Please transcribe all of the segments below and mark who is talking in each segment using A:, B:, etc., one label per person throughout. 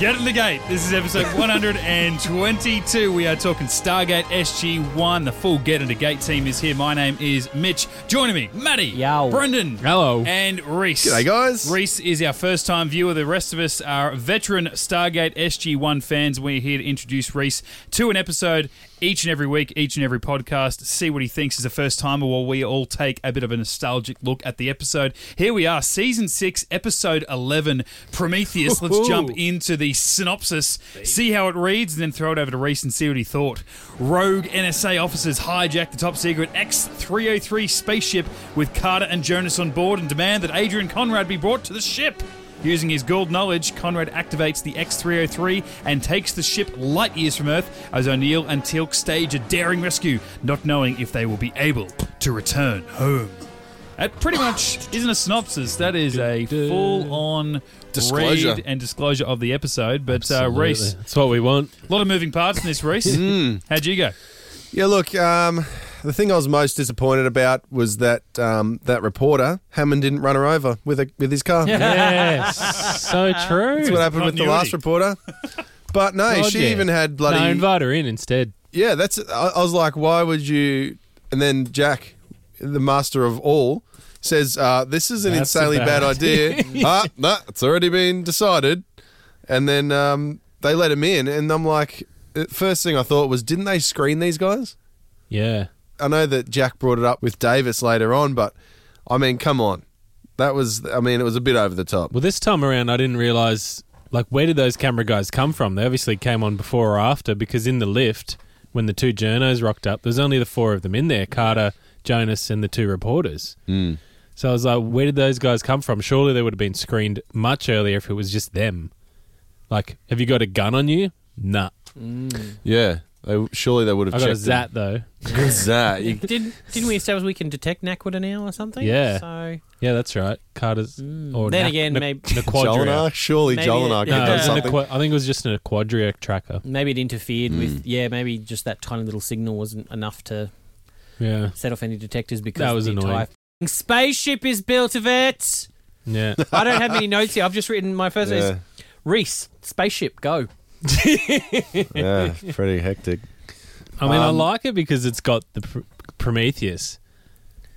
A: Get in the gate. This is episode 122. We are talking Stargate SG1. The full Get in the Gate team is here. My name is Mitch. Joining me, Matty,
B: Yo.
A: Brendan,
C: Hello.
A: and Reese.
D: G'day, guys.
A: Reese is our first time viewer. The rest of us are veteran Stargate SG1 fans. We're here to introduce Reese to an episode each and every week, each and every podcast, see what he thinks is a first timer while we all take a bit of a nostalgic look at the episode. Here we are, season six, episode 11, Prometheus. Let's jump into the synopsis, see how it reads, and then throw it over to Reese and see what he thought. Rogue NSA officers hijack the top secret X 303 spaceship with Carter and Jonas on board and demand that Adrian Conrad be brought to the ship. Using his gold knowledge, Conrad activates the X 303 and takes the ship light years from Earth as O'Neill and Teal'c stage a daring rescue, not knowing if they will be able to return home. That pretty much isn't a synopsis. That is a full on
D: Disclosure.
A: read and disclosure of the episode. But uh, Reese,
C: That's what we want.
A: a lot of moving parts in this, Reese. How'd you go?
D: Yeah, look, um, the thing I was most disappointed about was that um, that reporter Hammond didn't run her over with a, with his car.
C: Yes. so true.
D: That's what happened with the
A: Continuity.
D: last reporter. But no,
C: God,
D: she
C: yeah.
D: even had
C: No,
D: bloody.
C: invite her in instead.
D: yeah, that's. I, I was like, why would you? And then Jack, the master of all, says, uh, "This is an
C: That's a
D: insanely
C: bad
D: bad, idea." ah, no, it's already been decided. And then um, they let him in, and I'm like, the first thing I thought was, didn't they screen these guys?
C: Yeah.
D: I know that Jack brought it up with Davis later on, but I mean, come on. That was, I mean, it was a bit over the top.
C: Well, this time around, I didn't realize like where did those camera guys come from? They obviously came on before or after because in the lift when the two journos rocked up, there's only the four of them in there: Carter, Jonas, and the two reporters. Mm. So I was like, where did those guys come from? Surely they would have been screened much earlier if it was just them. Like, have you got a gun on you? Nah.
D: Yeah. They, surely they would have
C: I got a
D: checked.
C: zat though.
D: it. Zat. You-
B: Did, didn't we establish we can detect Nakwita now or something?
C: Yeah.
B: So
C: Yeah, that's right. Carter's or
B: Mm. Then
C: Na-
B: again,
C: Na-
B: maybe-
C: Naquadria.
D: Jolinar? Surely
B: Maybe
D: Jolinar
B: it-
D: could
C: No,
D: have
C: it
D: done
C: was an
D: something.
C: aqua- I think it was just an Aquadria tracker.
B: maybe it interfered
D: Hmm.
B: with, yeah, maybe just that tiny little signal wasn't enough to
C: Yeah,
B: set off any detectors because
C: That was
B: the
C: annoying.
B: entire f***ing spaceship is built of it.
C: yeah.
B: I don't have many notes here. I've just written my first
D: yeah,
B: is Reese, spaceship, go.
D: yeah, pretty hectic.
C: I mean, I
D: Um,
C: like it because it's got the pr- Prometheus,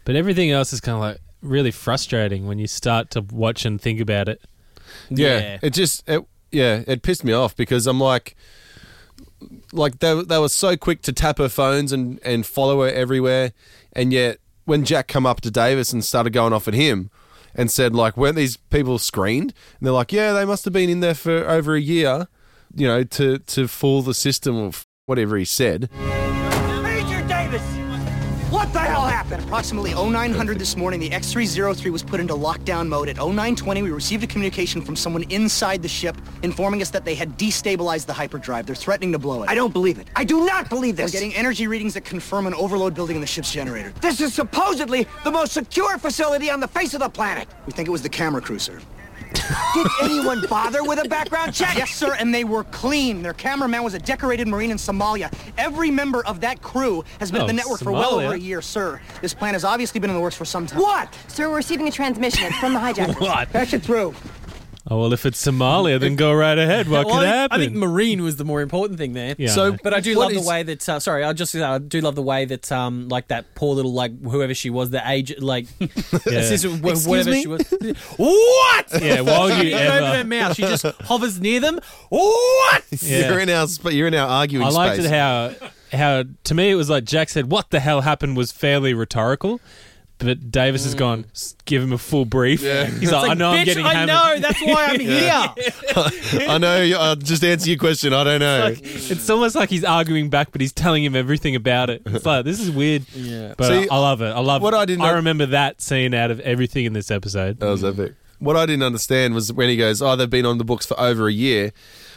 C: but everything else is kind of like really frustrating when you start to watch and think about it.
D: Yeah,
B: Yeah.
D: it just, it, yeah, it pissed me off because I'm like, like they, they were so quick to tap her phones and, and follow her everywhere, and yet when Jack come up to Davis and started going off at him, and said like, weren't these people screened? And they're like, yeah, they must have been in there for over a year, you know, to to fool the system or f- whatever he said.
E: Major Davis! What the hell happened? oh
F: Approximately 0900 this morning, the X303 was put into lockdown mode. At 0920, we received a communication from someone inside the ship informing us that they had destabilized the hyperdrive. They're threatening to blow it.
E: I don't believe it. I do not believe
F: We're
E: this.
F: getting energy readings that confirm an overload building in the ship's generator.
E: This is supposedly the most secure facility on the face of the planet.
F: We think it was the camera crew, sir.
E: Did anyone bother with a background check?
F: Yes, sir, and they were clean. Their cameraman was a decorated Marine in Somalia. Every member of that crew has been
C: Oh,
F: at the network for well
C: Somalia.
F: over a year, sir. This plan has obviously been in the works for some time.
E: What?
G: Sir, we're receiving a transmission. It's from the hijackers.
F: Patch it through.
C: Oh well, if it's Somalia, then go right ahead. What
B: Well,
C: could
B: I,
C: happen?
B: I think Marine was the more important thing there.
C: yeah.
D: So-
B: But I do
D: What
B: love
D: is-
B: the way that. Uh, sorry, I just uh, I do love the way that um like that poor little like whoever she was, the age like assistant, wh- whatever
D: me?
B: she was. what?
C: yeah, while
B: She
C: you
B: didn't open her
C: ever.
B: mouth. She just hovers near them. What?
C: Yeah.
D: You're in our sp- you're in our arguing
C: I liked
D: space.
C: it how how to me it was like Jack said, "What the hell happened?" was fairly rhetorical. But Davis has gone. "S- Give him a full brief. He's like,
B: Mm. Like,
C: I know
B: Bitch,
C: I'm getting
B: I
C: hammered.
B: know. That's why I'm here.
D: I know. you- I'll just answer your question. I don't know.
C: like, it's almost like he's arguing back, but he's telling him everything about it. It's like this is weird. Yeah, but
D: See,
C: I, I love it. I love
D: what
C: it.
D: I didn't
C: I
D: know- Uh,
C: remember that scene out of everything in this episode.
D: that was epic. What I didn't understand was when he goes, "Oh, they've been on the books for over a year."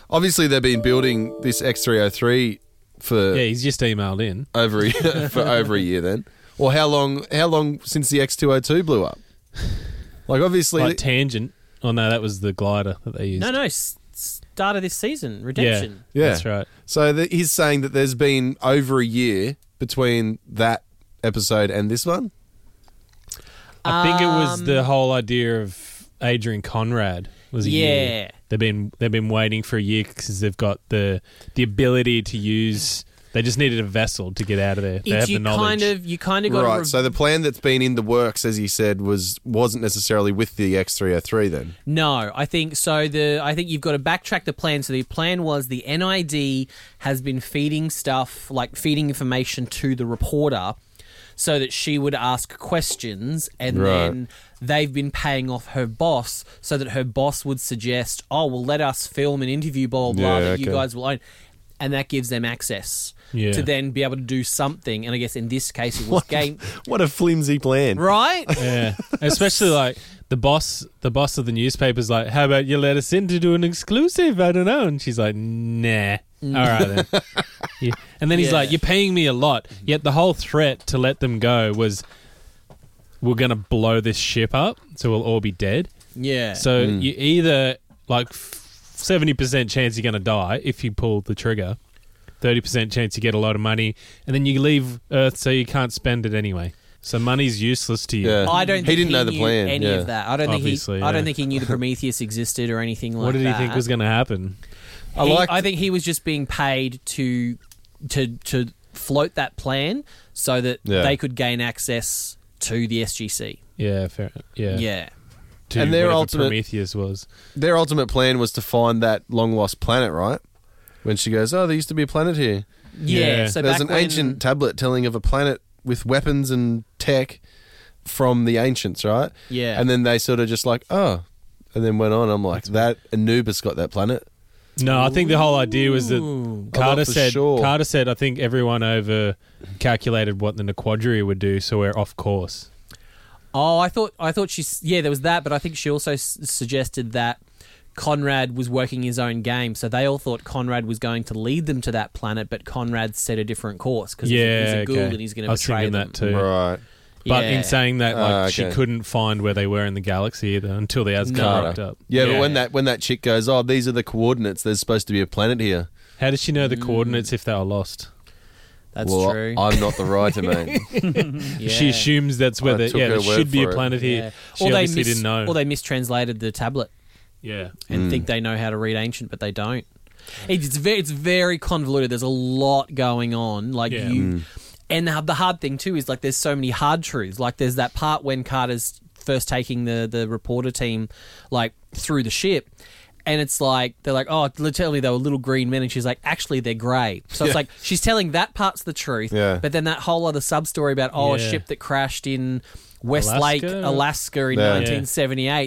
D: Obviously, they've been building this X three hundred three for
C: yeah, he's just emailed in.
D: over a year, for over a year. Then, or how long? How long since the X two hundred two blew up? Like obviously,
C: Like tangent. Oh no, that was the glider that they used.
B: no, no. S- start of this season,
C: yeah,
B: redemption.
D: Yeah.
C: that's right.
D: so the, he's saying that there's been over a year between that episode and this one.
H: Um,
C: I think it was the whole idea of Adrian Conrad was a
B: Yeah.
C: year. They've been they've been waiting for a year because they've got the the ability to use. They just needed a vessel to get out of there. They have
H: It's
C: the
H: you
C: knowledge.
H: kind of you kind of got
D: Right.
H: to
D: so the plan that's been in the works, as you said, was wasn't necessarily with the X303 then.
H: No, I think so. The I think you've got to backtrack the plan. So the plan was the NID has been feeding stuff, like feeding information to the reporter, so that she would ask questions, and
D: Right.
H: then they've been paying off her boss, so that her boss would suggest, "Oh, well, let us film an interview, blah blah, blah
D: Yeah,
H: that you
D: okay.
H: guys will own," and that gives them access
C: Yeah.
H: to then be able to do something. And I guess in this case, it was game,
D: What a flimsy plan.
H: right?
C: Yeah, especially like the boss, the boss of the newspaper's like, "How about you let us in to do an exclusive?" I don't know, and she's like, "Nah, all right then." yeah. And then he's
H: Mm. Yeah.
C: like, "You're paying me a lot." Yet the whole threat to let them go was, "We're gonna blow this ship up, so we'll all be dead."
H: yeah.
C: So
D: Hmm.
C: you either like seventy percent chance you're gonna die if you pull the trigger. 30% chance you get a lot of money, and then you leave Earth so you can't spend it anyway. So money's useless to you.
D: Yeah.
H: I don't.
D: He
H: Think
D: didn't know the
H: knew
D: plan,
H: Any
D: yeah.
H: of that. I don't think he.
C: Obviously,
H: I
C: yeah.
H: don't think he knew the Prometheus existed or anything like that.
C: What did he think was going to happen?
D: I
H: He-
D: like.
H: I think he was just being paid to, to to float that plan so that
D: Yeah.
H: they could gain access to the SGC.
C: Yeah, fair. Yeah,
H: Yeah.
C: To
D: And their
C: whatever
D: ultimate-
C: Prometheus was.
D: Their ultimate plan was to find that long lost planet, right? When she goes, oh, there used to be a planet here.
H: Yeah.
C: Yeah.
H: So
D: There's
H: back
D: an
H: when-
D: ancient tablet telling of a planet with weapons and tech from the ancients, right?
H: Yeah.
D: And then they sort of just like, oh, and then went on. I'm like, that Anubis got that planet.
C: No, I think the whole idea was that Carter
D: Oh, for
C: said.
D: sure.
C: Carter said, I think everyone over calculated what the Nequadria would do, so we're off course.
H: Oh, I thought I thought she. s- Yeah, there was that, but I think she also s- suggested that Conrad was working his own game, so they all thought Conrad was going to lead them to that planet, but Conrad set a different course because he's
C: yeah,
H: a ghoul
C: okay.
H: and he's going
C: I
H: to
C: was
H: betray
C: thinking
H: them.
C: that too.
D: Right.
C: But
H: Yeah.
C: in saying that, like
D: Ah,
C: she
D: okay.
C: couldn't find where they were in the galaxy either until the Asgard
H: No.
C: rocked up.
D: Yeah,
H: Yeah.
D: but when that when that chick goes, oh, these are the coordinates. There's supposed to be a planet here.
C: How does she know the
H: Mm.
C: coordinates if they are lost?
H: That's
D: well,
H: true.
D: I'm not the writer, mate.
C: She
H: Yeah.
C: assumes that's
D: I
C: where the
D: took
C: yeah
D: her
C: there
D: word
C: should be a
D: for it.
C: planet
H: Yeah.
C: here. She
H: or they
C: obviously
H: mis-
C: didn't know.
H: Or they mistranslated the tablet
C: yeah.
H: and
D: Mm.
H: think they know how to read ancient, but they don't. It's very, it's very convoluted. There's a lot going on. Like
C: Yeah.
H: you,
D: Mm.
H: and the, the hard thing too is like there's so many hard truths. Like there's that part when Carter's first taking the the reporter team like through the ship. And it's like they're like, oh, literally they were little green men, and she's like, actually they're grey. So it's like she's telling that part's the truth,
D: Yeah.
H: but then that whole other sub story about oh,
C: Yeah.
H: a ship that crashed in Westlake,
C: Alaska?
H: Alaska in
D: Yeah. Yeah.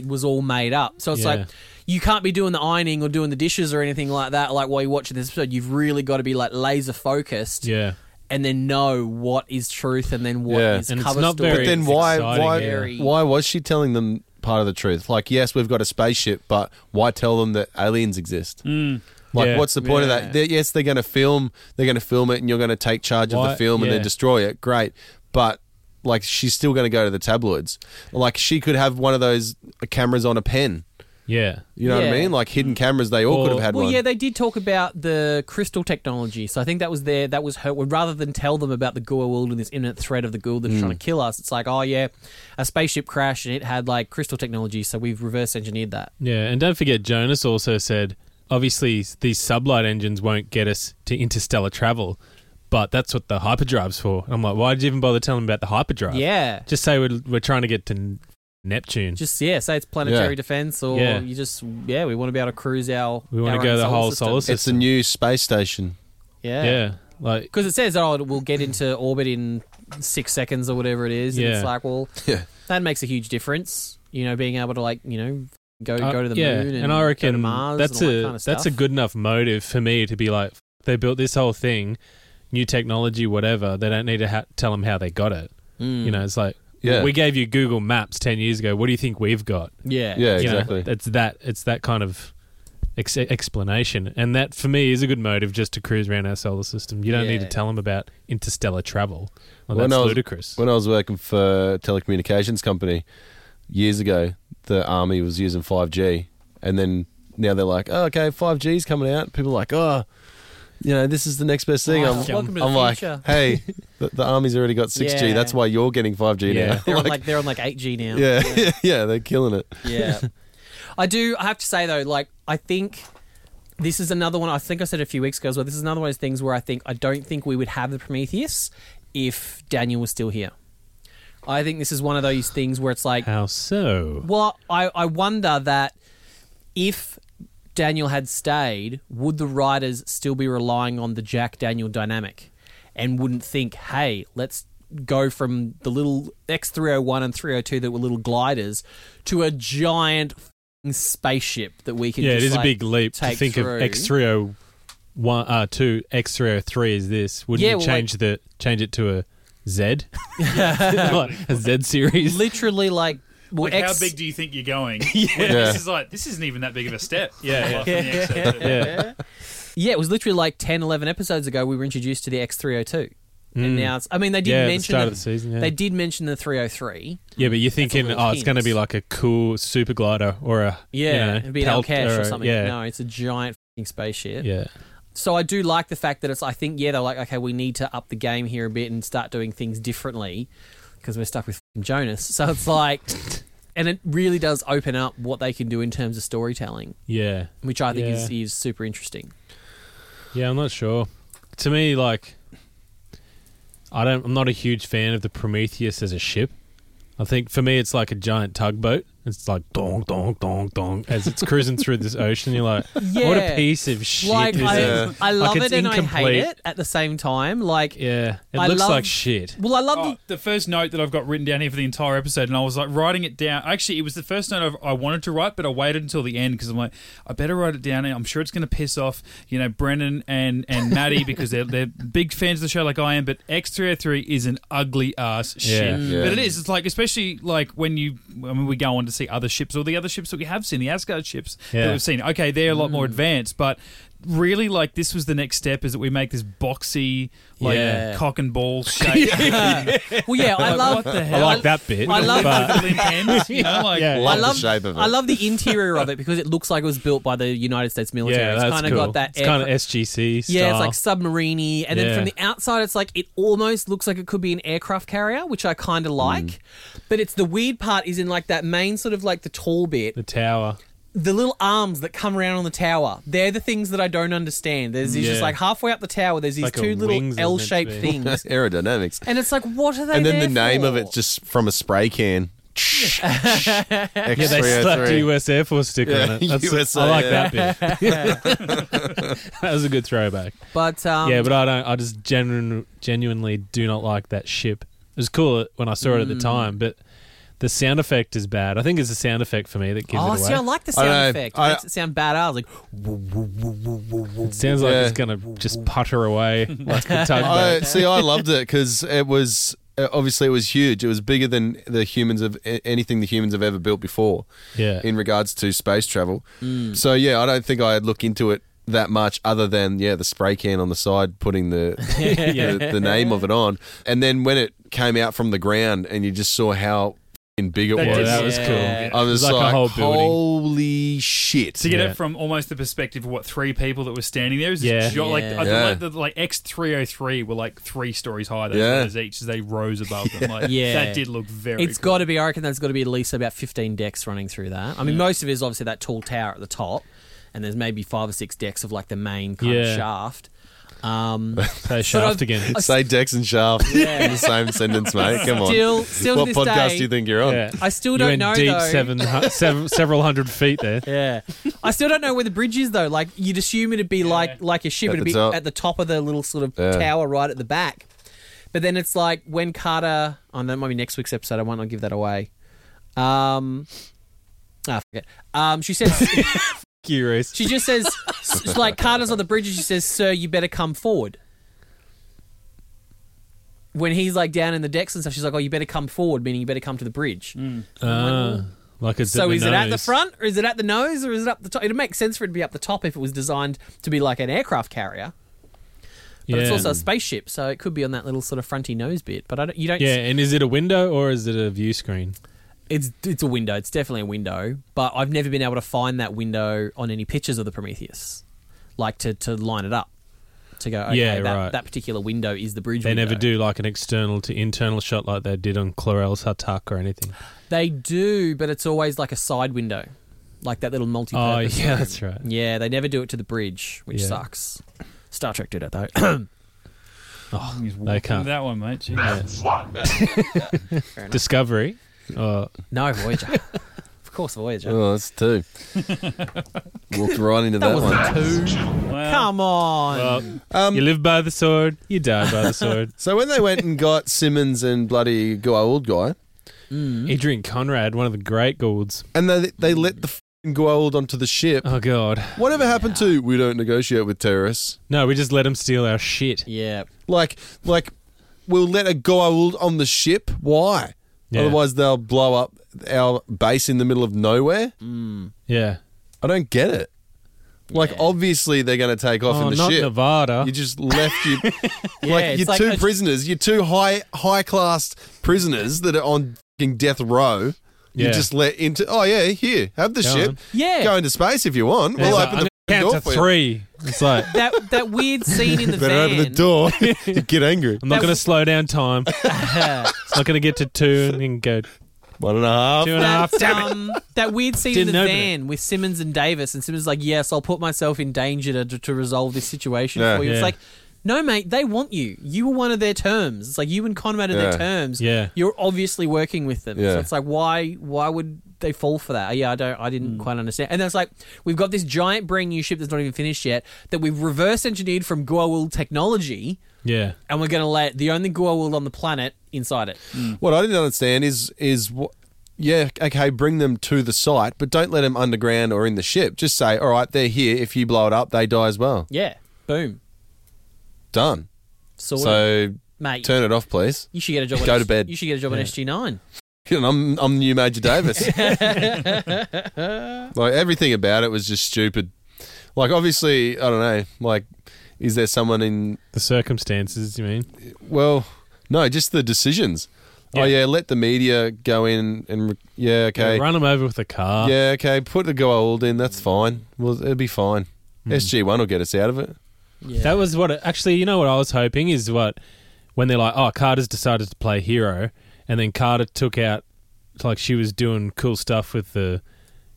H: 1978 was all made up. So it's
C: Yeah.
H: like you can't be doing the ironing or doing the dishes or anything like that. Like while you're watching this episode, you've really got to be like laser focused,
C: Yeah.
H: and then know what is truth and then what is
D: Yeah.
C: And it's
H: cover
C: not
H: story.
C: very-
D: but then why
C: exciting,
D: why
H: yeah.
D: why was she telling them part of the truth? Like, yes, we've got a spaceship, but why tell them that aliens exist? Like,
C: Mm. Yeah.
D: what's the point
H: Yeah.
D: of that? They're, yes, they're going to film, they're going to film it, and you're going to take charge of
C: Why-
D: the film and
C: yeah.
D: then destroy it. Great, but. Like she's still going to go to the tabloids. Like she could have one of those cameras on a pen.
C: Yeah.
D: You know what
H: Yeah.
D: I mean? Like hidden cameras. They all
C: Or-
D: could have had
H: well,
D: one.
H: yeah, they did talk about the crystal technology. So I think that was their that was her. well, Rather than tell them about the Goa world and this imminent threat of the Goa that's trying
D: Mm.
H: to kill us, it's like, oh yeah, a spaceship crashed and it had like crystal technology, so we've reverse engineered that.
C: Yeah, and don't forget, Jonas also said, obviously, these sublight engines won't get us to interstellar travel, but that's what the hyperdrive's for. And I'm like, why did you even bother telling them about the hyperdrive?
H: Yeah,
C: Just say we're, we're trying to get to N- Neptune.
H: just yeah, say it's planetary
D: Yeah.
H: defense, or
C: Yeah.
H: you just yeah, we want to be able to cruise our.
C: We wanna
H: our
C: go
H: own
C: the whole solar
H: system.
D: it's a new space station.
H: Yeah,
C: yeah. Like,
H: Because it says, oh, we'll get into orbit in six seconds or whatever it is. And it's
C: Yeah.
H: like, well,
D: Yeah.
H: that makes a huge difference. You know, being able to like, you know, go
C: uh,
H: go to the
C: yeah,
H: moon and,
C: I reckon
H: go to Mars.
C: that's
H: and all
C: a
H: that kind of
C: that's a
H: stuff.
C: good enough motive for me to be like, "F- they built this whole thing, new technology, whatever. They don't need to ha- tell them how they got it.
H: Hmm. Mm.
C: You know, it's like,
D: Yeah.
C: we gave you Google Maps ten years ago. What do you think we've got?
H: yeah
D: Yeah,
C: You know,
D: exactly.
C: it's that. It's that kind of ex- explanation, and that for me is a good motive just to cruise around our solar system. You don't need to
H: Yeah.
C: tell them about interstellar travel. Well,
D: When
C: that's
D: I was-
C: ludicrous.
D: When I was working for a telecommunications company years ago, the army was using 5G, and then now they're like, oh, okay, 5G's coming out. People are like, oh, you know, this is the next best thing.
H: Oh,
D: I'm,
H: welcome to the
D: I'm like,
H: future.
D: hey, the, the army's already got 6G.
H: Yeah.
D: That's why you're getting 5G
C: Yeah.
D: now.
H: They're on like they're on like eight G now.
D: yeah, yeah, they're killing it.
H: yeah. I do. I have to say though, like I think this is another one. I think I said a few weeks ago as well. This is another one of those things where I think I don't think we would have the Prometheus if Daniel was still here. I think this is one of those things where it's like,
C: How so?
H: well, I, I wonder that if Daniel had stayed, would the writers still be relying on the Jack Daniel dynamic and wouldn't think, hey, let's go from the little X301 and 302 that were little gliders to a giant f***ing spaceship that we can
C: Yeah, it
H: just,
C: is a
H: like,
C: big leap to
H: take
C: think
H: through.
C: of X three oh one uh two X three oh three is this. Wouldn't
H: Yeah,
C: you
H: well,
C: change the change it to a Z? Like a Z series.
H: Literally, like, well,
A: Like,
H: X,
A: how big do you think you're going? When This is like this isn't even that big of a step. Yeah,
C: Yeah.
H: Yeah, it was literally like 10, 11 episodes ago we were introduced to the X302. And now it's, I mean, they did
C: Mm. Yeah, at the
H: mention
C: start of the season, yeah.
H: They did mention the 303.
C: Yeah, but you're thinking,
H: little
C: oh, it's going to
H: hint.
C: be like a cool super glider or a
H: Yeah,
C: you know,
H: it'd be an El
C: pelt-
H: Cash or,
C: a-
H: something.
C: Yeah,
H: No, it's a giant fing spaceship.
C: yeah.
H: So I do like the fact that it's. I think yeah, they're like, okay, we need to up the game here a bit and start doing things differently because we're stuck with fing Jonas. So it's like, and it really does open up what they can do in terms of storytelling,
C: Yeah.
H: which I think is,
C: Yeah.
H: is super interesting.
C: Yeah, I'm not sure. To me, like, I don't. I'm not a huge fan of the Prometheus as a ship. I think for me, it's like a giant tugboat. It's like dong, dong, dong, dong as it's cruising through this ocean. You're like, what a
H: Yeah.
C: piece of shit!
H: Like
C: this
H: I,
C: is.
H: I love
C: Like, it's
H: it and I hate
C: incomplete.
H: it at the same time. Like
C: Yeah, it
H: I
C: looks
H: love-
C: like shit.
H: Well, I love
A: Oh,
H: the,
A: the first note that I've got written down here for the entire episode, and I was like writing it down. Actually, it was the first note I've, I wanted to write, but I waited until the end because I'm like, I better write it down. and I'm sure it's going to piss off, you know, Brennan and and Maddie because they're they're big fans of the show like I am. But X303 is an ugly ass
C: Yeah.
A: ship,
C: Mm.
A: but it is. It's like especially like when you, I mean, we go on to see other ships or the other ships that we have seen, the Asgard ships
C: Yeah.
A: that we've seen. Okay, they're a lot more advanced, but. Really, like this was the next step is that we make this boxy, like
C: Yeah.
A: cock and ball shape
H: well, yeah, I love
A: what the
C: I
A: hell?
C: like that bit.
H: I love-
C: but-
A: Limp ends, you know, like-
C: Yeah.
D: Love
H: I love
D: the shape of it.
H: I love the interior of it because it looks like it was built by the United States military.
C: yeah,
H: it's
C: that's
H: kind of
C: cool.
H: got that.
C: it's kind of SGC style.
H: yeah, it's like submariney, and
C: Yeah.
H: then from the outside, it's like it almost looks like it could be an aircraft carrier, which I kind of
C: Mm.
H: like. But it's the weird part is in like that main sort of like the tall bit,
C: the tower.
H: the little arms that come around on the tower. They're the things that I don't understand. There's these
C: Yeah.
H: just like halfway up the tower, there's these
C: Like a
H: two
C: wings
H: little
C: is meant to
H: L-shaped
C: be.
H: things,
D: Aerodynamics.
H: and it's like what are they?
D: And then the
H: there
D: name of
H: for?
D: it just from a spray can. oh
C: Yeah, they slapped a US Air Force sticker
D: Yeah,
C: on it. That's,
D: USA,
C: I like
D: yeah.
C: that bit. that was a good throwback.
H: But um,
C: yeah, but I don't. I just genuine, genuinely do not like that ship. It was cool when I saw it at
H: Mm.
C: the time, but the sound effect is bad. I think it's the sound effect for me that gives it
H: Oh,
C: away.
H: see, I like the
D: I
H: sound
D: know,
H: effect. It
D: I-
H: makes it sound badass. Like,
C: it sounds like
D: Yeah.
C: it's gonna just putter away like a tugboat.
D: I, see, I loved it because it was uh, obviously it was huge. It was bigger than the humans of a- anything the humans have ever built before.
C: Yeah.
D: In regards to space travel, so yeah, I don't think I'd look into it that much other than yeah the spray can on the side putting the, the the name of it on and then when it came out from the ground and you just saw how fing big it
A: That
D: was
C: yeah,
A: did-
C: that was cool.
H: Yeah.
D: i
C: It
D: was
C: like,
D: like,
C: a whole building.
D: holy shit
A: to get
C: Yeah.
A: it from almost the perspective of what three people that were standing there. It was just
C: Yeah.
A: jo- like
H: Yeah.
A: I
D: Yeah.
A: like the like X three hundred three were like three stories high. Those
D: Yeah.
A: guys each as they rose above them. Like,
H: Yeah.
A: that did look very.
H: it's got to be. I reckon that's got to be at least about fifteen decks running through that. I mean, most of it is obviously that tall tower at the top, and there's maybe five or six decks of like the main kind
C: Yeah.
H: of shaft. Um,
C: Say shaft
H: I've-
C: again.
D: Say Dex and Shaft in the same sentence, mate. Come on.
H: Still- still to
D: what
H: this
D: podcast
H: day-
D: do you think you're on?
C: Yeah.
H: I still
C: You
H: don't
C: went
H: know,
C: Deep
H: though.
C: seven, hu- seven, several hundred feet there.
H: yeah, I still don't know where the bridge is though. Like you'd assume it'd be like like a ship,
D: At
H: it'd
D: the
H: be
D: top.
H: at the top of the little sort of
D: Yeah.
H: tower right at the back. But then it's like when Carter. Oh, that might be next week's episode. I might not give that away. Um, ah, fuck it. Um, she says.
C: You, Reece.
H: She just says, s- like Carter's on the bridge, and she says, "Sir, you better come forward." When he's like down in the decks and stuff, she's like, "Oh, you better come forward," meaning you better come to the bridge.
C: Ah, like it's at
H: So
C: the
H: is it at the
C: nose.
H: front, or is it at the nose, or is it up the top? It'd make sense for it to be up the top if it was designed to be like an aircraft carrier, but it's
C: Yeah.
H: also a spaceship, so it could be on that little sort of fronty nose bit. But I don't, you don't.
C: Yeah, and is it a window or is it a view screen?
H: It's it's a window. It's definitely a window, but I've never been able to find that window on any pictures of the Prometheus, like to to line it up, to go. Okay,
C: Yeah,
H: that,
C: right.
H: that particular window is the bridge.
C: They
H: window.
C: never do like an external to internal shot like they did on Chlorel's Hatak or anything.
H: They do, but it's always like a side window. like that little multi.
C: Oh, yeah, that's right.
H: Yeah, they never do it to the bridge, which
C: Yeah.
H: sucks. Star Trek did it though.
A: Oh,
C: They can't.
A: That one, mate. Gee.
C: Discovery. Uh,
H: no Voyager. of course, Voyager.
D: Oh, that's two. Walked right into that, one.
H: Come on.
C: well,
D: Um,
C: you live by the sword, you die by the sword.
D: So when they went and got Simmons and bloody Gould guy,
H: Mm.
C: Adrian Conrad, one of the great Goulds.
D: and they they let the f***ing Gould onto the ship.
C: Oh God,
D: Whatever happened to we don't negotiate with terrorists?
C: no, we just let him steal our shit.
H: yeah.
D: Like like we'll let a Gould on the ship? Why?
C: Yeah.
D: Otherwise they'll blow up our base in the middle of nowhere.
C: Yeah,
D: I don't get it. Like obviously they're going to take off
C: oh,
D: in the
C: not
D: ship.
C: Nevada.
D: You just left you like
H: it's
D: you're
H: like
D: two
H: a-
D: prisoners. You're two high high class prisoners that are on fing death row. You
C: Yeah.
D: just let into. Oh yeah, here have the
C: Go
D: ship.
C: on.
H: Yeah.
D: go into space if you want. We'll
C: It's
D: open
C: like,
D: the
C: I'm gonna
D: fing door
C: count
D: for
C: to
D: you.
C: three. It's like
H: That that weird scene in the
D: Better
H: van.
D: open the door. you get angry.
C: I'm not going
H: That
C: to
H: was-
C: slow down time. it's not going to get to two and then go two
D: One and a half.
C: and a half.
H: That, um, that weird scene
C: Didn't
H: in the
C: open
H: van with Simmons and Davis, and Simmons is like, "Yes, I'll put myself in danger to, to resolve this situation
D: Yeah.
H: for you."
C: Yeah.
H: It's like, no, mate, they want you. You were one of their terms. It's like you and Conrad are
D: Yeah.
H: their terms.
C: Yeah.
H: you're obviously working with them.
D: Yeah.
H: So it's like, why? Why would they fall for that? Yeah, I don't. I didn't
C: Hmm.
H: quite understand. And then it's like, we've got this giant brand new ship that's not even finished yet that we've reverse engineered from Goa'uld technology,
C: Yeah,
H: and we're going to let the only Goa'uld on the planet inside it.
C: Hmm.
D: What I didn't understand is is what. Yeah, okay, bring them to the site, but don't let them underground or in the ship. Just say, all right, they're here. If you blow it up, they die as well.
H: Yeah, boom,
D: Done.
H: sorted,
D: So
H: mate.
D: turn it off, please.
H: You should get a job.
D: Go
H: at
D: to bed.
H: You should get a job at SG9.
D: I'm, I'm the new Major Davis. like everything about it was just stupid. Like obviously, I don't know. Like, is there someone in?
C: the circumstances. You mean?
D: Well, no, just the decisions. Oh
C: Yeah.
D: yeah, let the media go in and re- yeah, okay,
C: Run him over with a Mm. car.
D: yeah, okay. Put the gold in. That's fine. Well, it'll be fine.
C: Mm.
D: SG one will get us out of it.
C: That was what actually, you know what I was hoping is what when they're like, oh, Carter's decided to play hero, and then Carter took out like she was doing cool stuff with the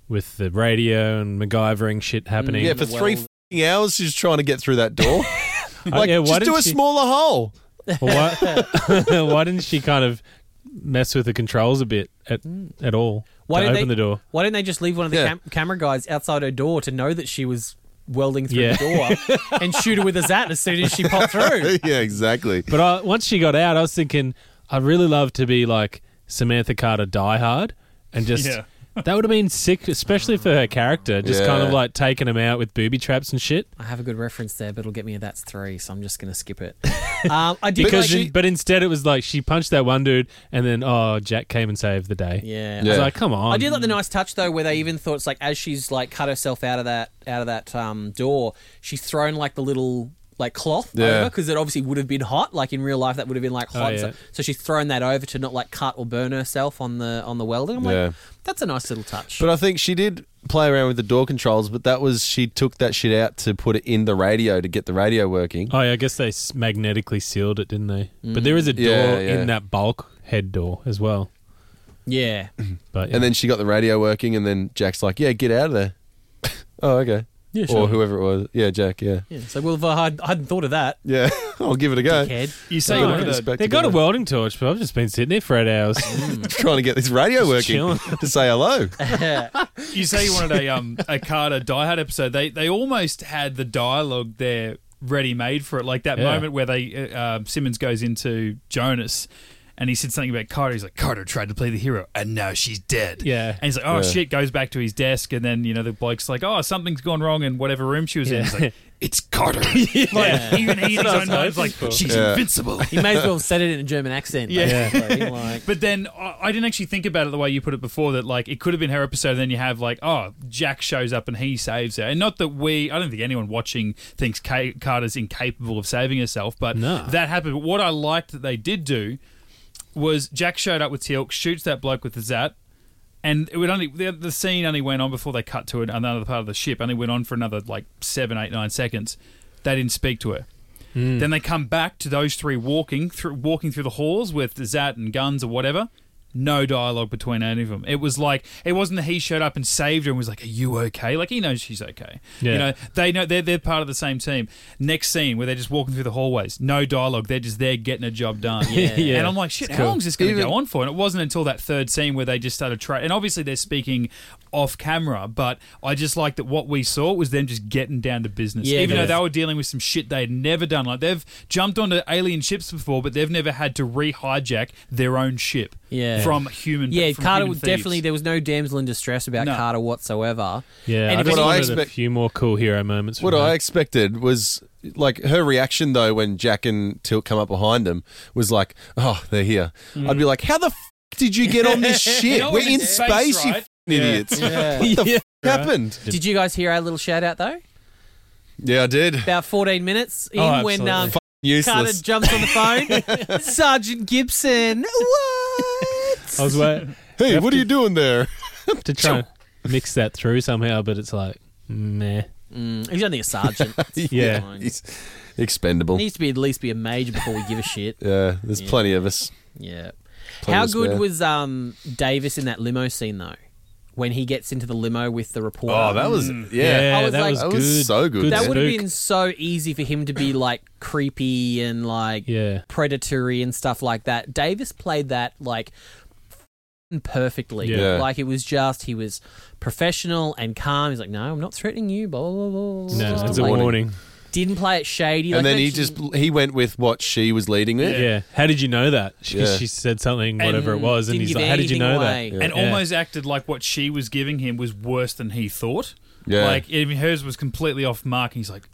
C: with the radio and MacGyvering shit happening.
D: Yeah, for three f***ing hours, she's trying to get through that door.
C: Oh,
D: like,
C: yeah, why
D: just do
C: didn't
D: a
C: she-
D: smaller hole.
C: Well, why, why didn't she kind of mess with the controls a bit at
D: Mm.
C: at all?
H: Why
C: to
H: didn't
C: open
H: they,
C: the door.
H: Why didn't they just leave one of the
D: Yeah.
H: cam- camera guys outside her door to know that she was welding through
C: Yeah.
H: the door and shoot her with a zat as soon as she popped through?
D: yeah, exactly.
C: But I, once she got out, I was thinking I'd really love to be like Samantha Carter Die Hard and just.
A: Yeah.
C: That would have been sick, especially for her character. Just kind
D: Yeah.
C: of like taking him out with booby traps and shit.
H: I have a good reference there, but it'll get me a that's three, so I'm just going to skip it. Um, I did
C: because
H: like-
C: in- but instead it was like she punched that one dude and then oh Jack came and saved the day.
H: yeah.
C: I was
D: Yeah.
C: like come on.
H: I did like the nice touch though, where they even thought it's like as she's like cut herself out of that out of that um, door, she's thrown like the little like cloth over 'cause
D: Yeah.
H: over because it obviously would have been hot. Like in real life, that would have been like hot.
C: Oh,
H: and
C: yeah.
H: stuff. So she's thrown that over to not like cut or burn herself on the on the welding. I'm
D: Yeah.
H: like, that's a nice little touch.
D: But uh, I think she did play around with the door controls, but that was she took that shit out to put it in the radio to get the radio working.
C: Oh yeah, I guess they s- magnetically sealed it, didn't they? But there is a door
D: Yeah, Mm. yeah.
C: in that bulk head door as well.
H: yeah,
C: But
D: And then she got the radio working, and then Jack's like, "Yeah, get out of there." oh, okay.
C: Yeah,
D: Or
C: sure.
D: whoever it was. Yeah, Jack. Yeah.
H: yeah. So well, if I had- I hadn't thought of that.
D: Yeah. I'll give it a go.
H: Kid.
A: You say
C: Oh,
A: look
C: yeah.
A: at the,
D: Respect
C: they
D: to
C: got a
D: them.
C: welding torch, but I've just been sitting there for eight hours.
D: Trying to get this radio working
C: chilling.
D: to say hello.
A: you say you wanted a um a Carter Die Hard episode. They they almost had the dialogue there ready made for it. Like that
C: Yeah.
A: moment where they uh, um, Simmons goes into Jonas. And he said something about Carter. He's like, Carter tried to play the hero, and now she's dead.
C: Yeah.
A: And he's like, oh shit, goes back to his desk, and then you know the bloke's like, oh something's gone wrong in whatever room she was in. He's like, it's Carter. Like even he in his own mind's like, she's
D: Yeah.
A: invincible.
H: You may as well have said it in a German accent.
A: Yeah.
H: basically, like,
A: But then I I didn't actually think about it the way you put it before that like it could have been her episode and then you have like oh Jack shows up and he saves her and not that we I don't think anyone watching thinks Ka- Carter's incapable of saving herself but
C: No.
A: that happened but what I liked that they did do was Jack showed up with Teal'c shoots that bloke with the zat and it would only the, the scene only went on before they cut to another part of the ship only went on for another like seven eight nine seconds they didn't speak to her then they come back to those three walking through walking through the halls with Zat and guns or whatever. no dialogue between any of them. It was like it wasn't that he showed up and saved her and was like, "Are you okay?" Like he knows she's okay.
C: Yeah.
A: You know, they know they're they're part of the same team. Next scene where they're just walking through the hallways, no dialogue. They're just there getting a job done. Yeah.
C: Yeah.
A: And I'm like, shit, how
C: cool.
A: long is this going to
D: Even-
A: go on for? And it wasn't until that third scene where they just started tra- and obviously they're speaking off camera, but I just like that what we saw was them just getting down to business.
H: Yeah,
A: Even
H: yeah.
A: though they were dealing with some shit they'd never done. Like they've jumped onto alien ships before, but they've never had to re-hijack their own ship
H: Yeah.
A: from human.
H: Yeah,
A: from
H: Carter
A: human
H: was definitely
A: thieves.
H: there was no damsel in distress about
A: No.
H: Carter whatsoever.
C: Yeah,
H: and
C: I
H: if
C: just
D: What I
C: wanted a
D: expect-
C: few more cool hero moments.
D: What
C: from
D: I
C: her.
D: expected was like her reaction though when Jack and Tilt come up behind them was like, "Oh, they're here." I'd be like, "how the f- did you get on this shit?
A: know,
D: We're in
A: in space,
D: space, you
A: right?"
D: f- idiots."
H: Yeah.
D: What the
C: Yeah.
D: f- happened?
H: Did you guys hear our little shout out though?
D: Yeah, I did.
H: About 14 minutes in
C: Oh,
H: when um,
C: absolutely.
H: Carter
D: Useless.
H: jumps on the phone. Sergeant Gibson. What?
C: I was waiting
D: Hey, what are you doing there?
C: to try and mix that through somehow, but it's like, meh.
H: Mm, he's only a sergeant.
C: Yeah.
H: Fine.
D: he's expendable.
H: needs to be at least be a major before we give a shit.
D: Yeah, there's plenty of us.
H: Yeah.
D: Plenty
H: How
D: to
H: good
D: spare.
H: was um, Davis in that limo scene though? When he gets into the limo with the reporter.
D: Oh, that was yeah.
C: Yeah,
H: I was
C: that
H: like-
C: was
D: That
C: good.
D: was so good.
H: that
D: Good
H: would have
C: spook.
H: been so easy for him to be like creepy and like
C: Yeah.
H: predatory and stuff like that. Davis played that like f***ing perfectly.
D: Yeah.
H: Like it was just he was professional and calm. He's like, no, I'm not threatening you. Blah blah blah. blah.
C: No,
H: blah."
C: it's a
H: Like,
C: warning.
H: Didn't play it shady. like
D: And then
H: that
D: he
H: she-
D: just he went with what she was leading with.
C: Yeah. How did you know that? She,
D: Yeah.
C: she said something, whatever it
H: And
C: was, and he's
H: didn't give
C: like, "How did you
H: anything
C: know
H: away.
C: that?"
A: and
C: Yeah.
A: almost acted like what she was giving him was worse than he thought.
D: Yeah.
A: like I mean, hers was completely off mark. And he's like,